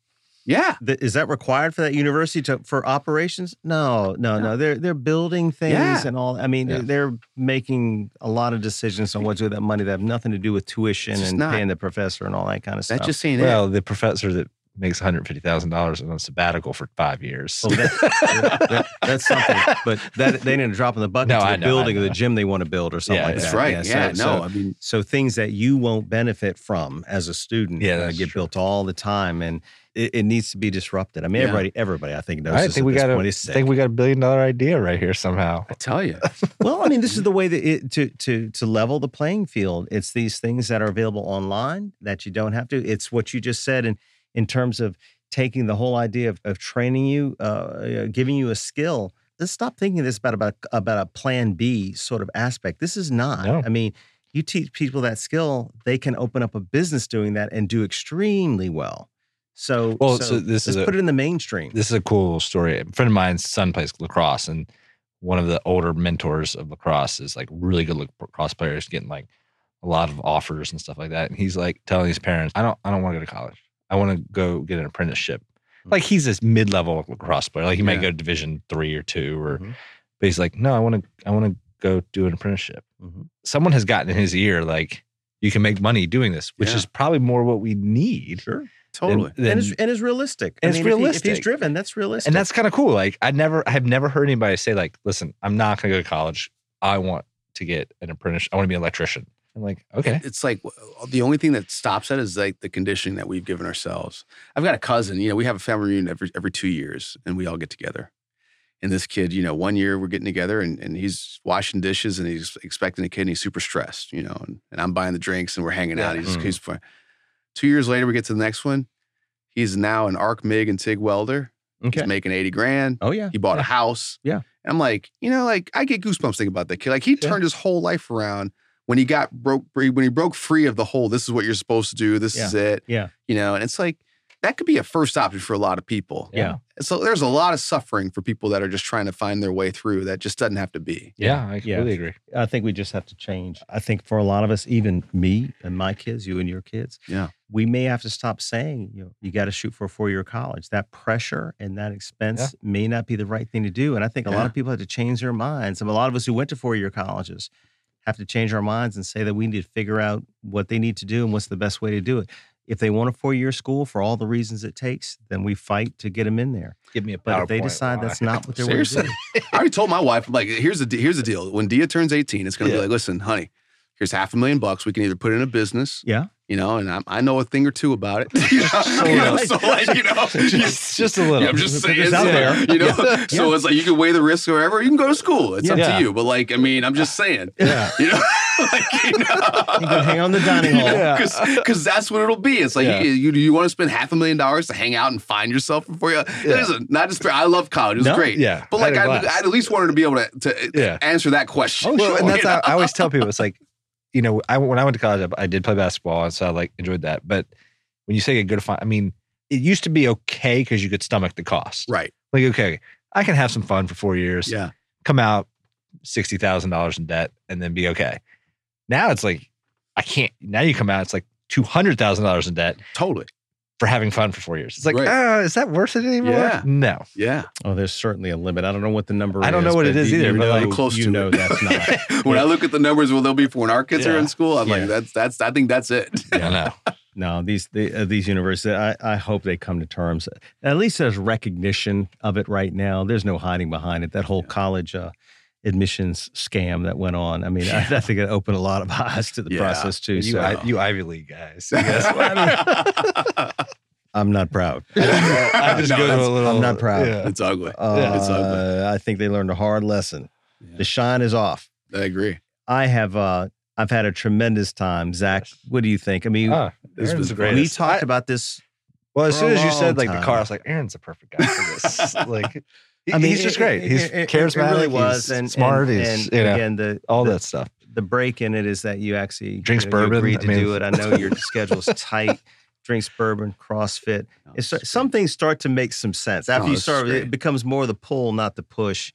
Yeah,
Th- is that required for that university to for operations? No, no, no. They're they're building things
Yeah.
and all. I mean,
Yeah.
they're making a lot of decisions on what to do with that money that have nothing to do with tuition
It's just
and
not.
paying the professor and all that kind of
that
stuff.
just ain't it.
well, the professor that makes one hundred fifty thousand dollars on sabbatical for five years.
Oh, that- that- that's something, but that they didn't drop in the bucket
No,
to the
I know, I
building or the
know.
gym they want to build or something
Yeah,
like
That's
that.
right. Yeah,
so-
no,
so-
I mean,
So things that you won't benefit from as a student
Yeah,
uh,
that's
get
true.
built all the time, and it, it needs to be disrupted. I mean,
Yeah.
everybody, everybody, I think knows.
I
this
think
at
we
this
got
point
a
is sick.
think we got a billion dollar idea right here somehow.
I tell you,
well, I mean, this is the way that it, to to to level the playing field. It's these things that are available online that you don't have to. It's what you just said, in in terms of taking the whole idea of, of training you, uh, uh, giving you a skill. Let's stop thinking this about about about a plan B sort of aspect. This is not.
No.
I mean, you teach people that skill, they can open up a business doing that and do extremely well. So,
Well, so this
let's
is a-
put it in the mainstream.
this is a cool story. A friend of mine's son plays lacrosse, and one of the older mentors of lacrosse is like really good lacrosse players, getting like a lot of offers and stuff like that. And he's like telling his parents, "I don't, I don't want to go to college. I want to go get an apprenticeship." Like he's this mid-level lacrosse player. Like he might
Yeah.
go to Division three or two, or
Mhm,
but he's like, "No, I want to, I want to go do an apprenticeship."
mhm.
Someone has gotten in his ear like. You can make money doing this, which
Yeah.
is probably more what we need.
Sure.
than-
totally.
than-
and it's and it's realistic.
It's
if he- if he's
realistic.
driven, that's realistic.
and that's kind of cool. Like I never, I have never heard anybody say like, "Listen, I'm not going to go to college. I want to get an apprentice. I want to be an electrician." I'm like, okay,
It's like w- uh, the only thing that stops that is like the conditioning that we've given ourselves. I've got a cousin, you know, we have a family reunion every every two years and we all get together. And this kid, you know, one year we're getting together and, and he's washing dishes and he's expecting a kid and he's super stressed, you know, and, and I'm buying the drinks and we're hanging out.
Yeah.
He's,
Mm.
he's fine. Two years later, we get to the next one. He's now an arc MIG and TIG welder
Okay.
He's making 80 grand.
Oh yeah.
He bought
Yeah.
a house.
Yeah.
And I'm like, you know, like I get goosebumps thinking about that kid. Like he
Yeah.
turned his whole life around when he got broke free, when he broke free of the whole, this is what you're supposed to do, this is it.
Yeah.
You know, and it's like that could be a first option for a lot of people.
Yeah.
And So there's a lot of suffering for people that are just trying to find their way through that just doesn't have to be.
Yeah, I completely agree.
I think we just have to change. I think for a lot of us, even me and my kids, you and your kids,
Yeah.
we may have to stop saying you know, you got to shoot for a four year college. That pressure and that expense may not be the right thing to do. And I think a lot
Yeah.
of people have to change their minds. And a lot of us who went to four year colleges have to change our minds and say that we need to figure out what they need to do and what's the best way to do it. If they want a four year school for all the reasons it takes, then we fight to get them in there.
Give me a
But if they
PowerPoint
decide
why.
that's not what they're
Seriously. I already told my wife, I'm like, here's the de- here's the deal. When Dia turns 18, it's gonna
Yeah.
be like, listen, honey, here's half a million bucks. We can either put it in a business.
Yeah.
You know, and I'm, I know a thing or two about it. You know, you know,
right.
so like, you know,
just, just a little.
Yeah, I'm just saying,
it's out
so,
there.
you know. So it's like you can weigh the risk or whatever. You can go to school. It's up
Yeah.
to you. But like, I mean, I'm just saying,
Yeah.
you know, like, you
You can hang on the dining hall.
Yeah.
because that's what it'll be. It's like
Yeah.
you, you you want to spend half a million dollars to hang out and find yourself before you. Listen, not just I love college. It was
No,
great.
yeah,
but
I had
like
a
I,
blast.
I'd at least wanted to be able to, to
Yeah.
answer that question.
well, and that's
You
how
know?
I always tell people it's like, you know, I when I went to college, I, I did play basketball, and so I like enjoyed that. But when you say a good fun, I mean, it used to be okay because you could stomach the cost.
right.
Like, okay, I can have some fun for four years,
Yeah.
come out sixty thousand dollars in debt, and then be okay. Now it's like I can't. Now you come out, it's like two hundred thousand dollars in debt
Totally.
for having fun for four years. It's like,
Right.
ah, is that worth it anymore?
Yeah.
No.
Yeah.
Oh, there's certainly a limit. I don't know what the number is.
I don't know what
but
it is
you-
either,
You
but,
know,
like,
close
you
to
know
it.
that's not.
when I look at the numbers, will they'll be for when our kids are
Yeah.
in school? I'm
Yeah.
like, that's that's. I think that's it.
I don't know.
No, these the, uh, these universities. I, I hope they come to terms. At least there's recognition of it right now. There's no hiding behind it. That whole college uh, admissions scam that went on. I mean, I, I think it opened a lot of eyes to the
Yeah.
process too.
You,
so
I, you Ivy League guys. I guess.
I'm not proud.
I just
No,
go to
that's-
a little.
I'm not proud.
Yeah.
it's ugly. It's ugly.
Uh, I think they learned a hard lesson. The shine is off.
I agree.
I have uh I've had a tremendous time. Zach, what do you think? I mean,
Ah,
This
Aaron's
was
the
great.
we
greatest.
talked
I-
about this.
Well, as
for
soon
a
as you
long
said like the car,
time.
I was like, Aaron's the perfect guy for this. like,
I
I
mean,
mean, he's just
it-
great.
it-
he's
it- it-
charismatic.
It really was,
he's
and
smart.
And,
he's
and
you know,
again, the
all
the,
that stuff.
the break in it is that you actually
Drinks
you know, you
bourbon.
agreed to
I mean-
do it. I know your schedule's tight. Drinks bourbon, CrossFit. It's, some things start to make some sense after
No,
you
this is
start. It
great.
becomes more the pull, not the push.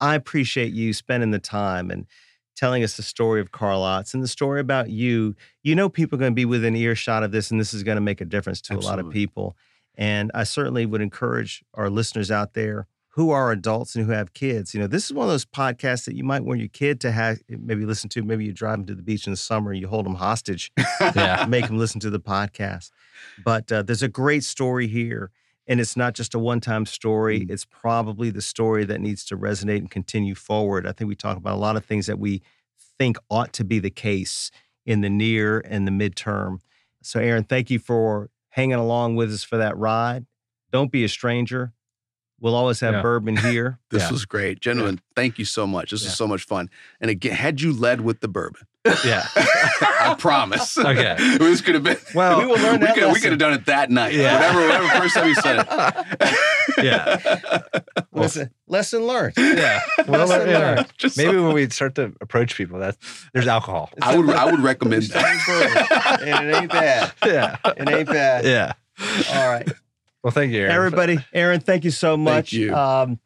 I appreciate you spending the time and telling us the story of Carl Otz and the story about you. You know, people are going to be within earshot of this, and this is going to make a difference to a lot of
Absolutely.
people. And I certainly would encourage our listeners out there who are adults and who have kids. You know, this is one of those podcasts that you might want your kid to have, maybe listen to. Maybe you drive them to the beach in the summer and you hold them hostage,
Yeah.
make them listen to the podcast. But uh, there's a great story here. And it's not just a one time story. It's probably the story that needs to resonate and continue forward. I think we talk about a lot of things that we think ought to be the case in the near and the midterm. So, Aaron, thank you for hanging along with us for that ride. Don't be a stranger. We'll always have
Yeah.
bourbon here.
This
Yeah.
was great. Gentlemen, thank you so much. This
Yeah.
was so much fun. And again, had you led with the bourbon,
Yeah.
I promise.
Okay.
this could have been.
Well,
We will learn
we
that
could, we
lesson.
could have done it that night.
Yeah.
Whatever, whatever first time you said it.
Yeah. Well,
Listen, lesson learned.
yeah. Well,
Lesson
yeah.
learned.
Just
Maybe when we start to approach people, that there's alcohol.
I would I would recommend
First time bourbon.
that.
and it ain't bad.
Yeah.
It ain't bad.
Yeah.
All right.
Well, thank you, Aaron.
Everybody, Aaron, thank you so much.
you.
Um,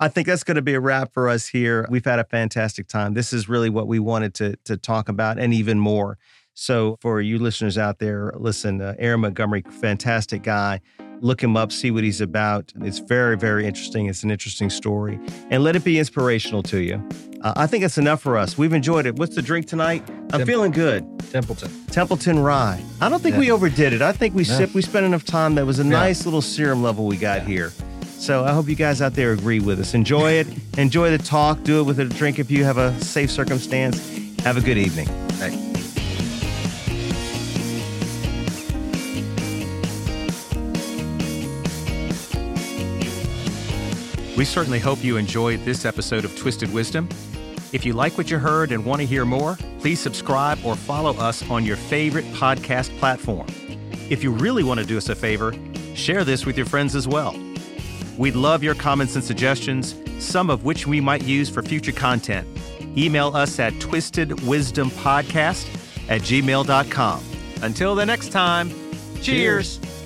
I think that's going to be a wrap for us here. We've had a fantastic time. This is really what we wanted to to talk about, and even more. So, for you listeners out there, listen, uh, Aaron Montgomery, fantastic guy. Look him up, see what he's about. It's very, very interesting. It's an interesting story, and let it be inspirational to you. Uh, I think that's enough for us. We've enjoyed it. What's the drink tonight? I'm
Tim-
feeling good.
Templeton.
Templeton Rye. I don't think
Yeah.
we overdid it. I think we
No.
sipped, we spent enough time. That was a nice little serum level we got here. So I hope you guys out there agree with us. Enjoy it. Enjoy the talk. Do it with a drink if you have a safe circumstance. Have a good evening.
We certainly hope you enjoyed this episode of Twisted Wisdom. If you like what you heard and want to hear more, please subscribe or follow us on your favorite podcast platform. If you really want to do us a favor, share this with your friends as well.
We'd love your comments and suggestions, some of which we might use for future content. Email us at twistedwisdompodcast at gmail.com. Until the next time, cheers.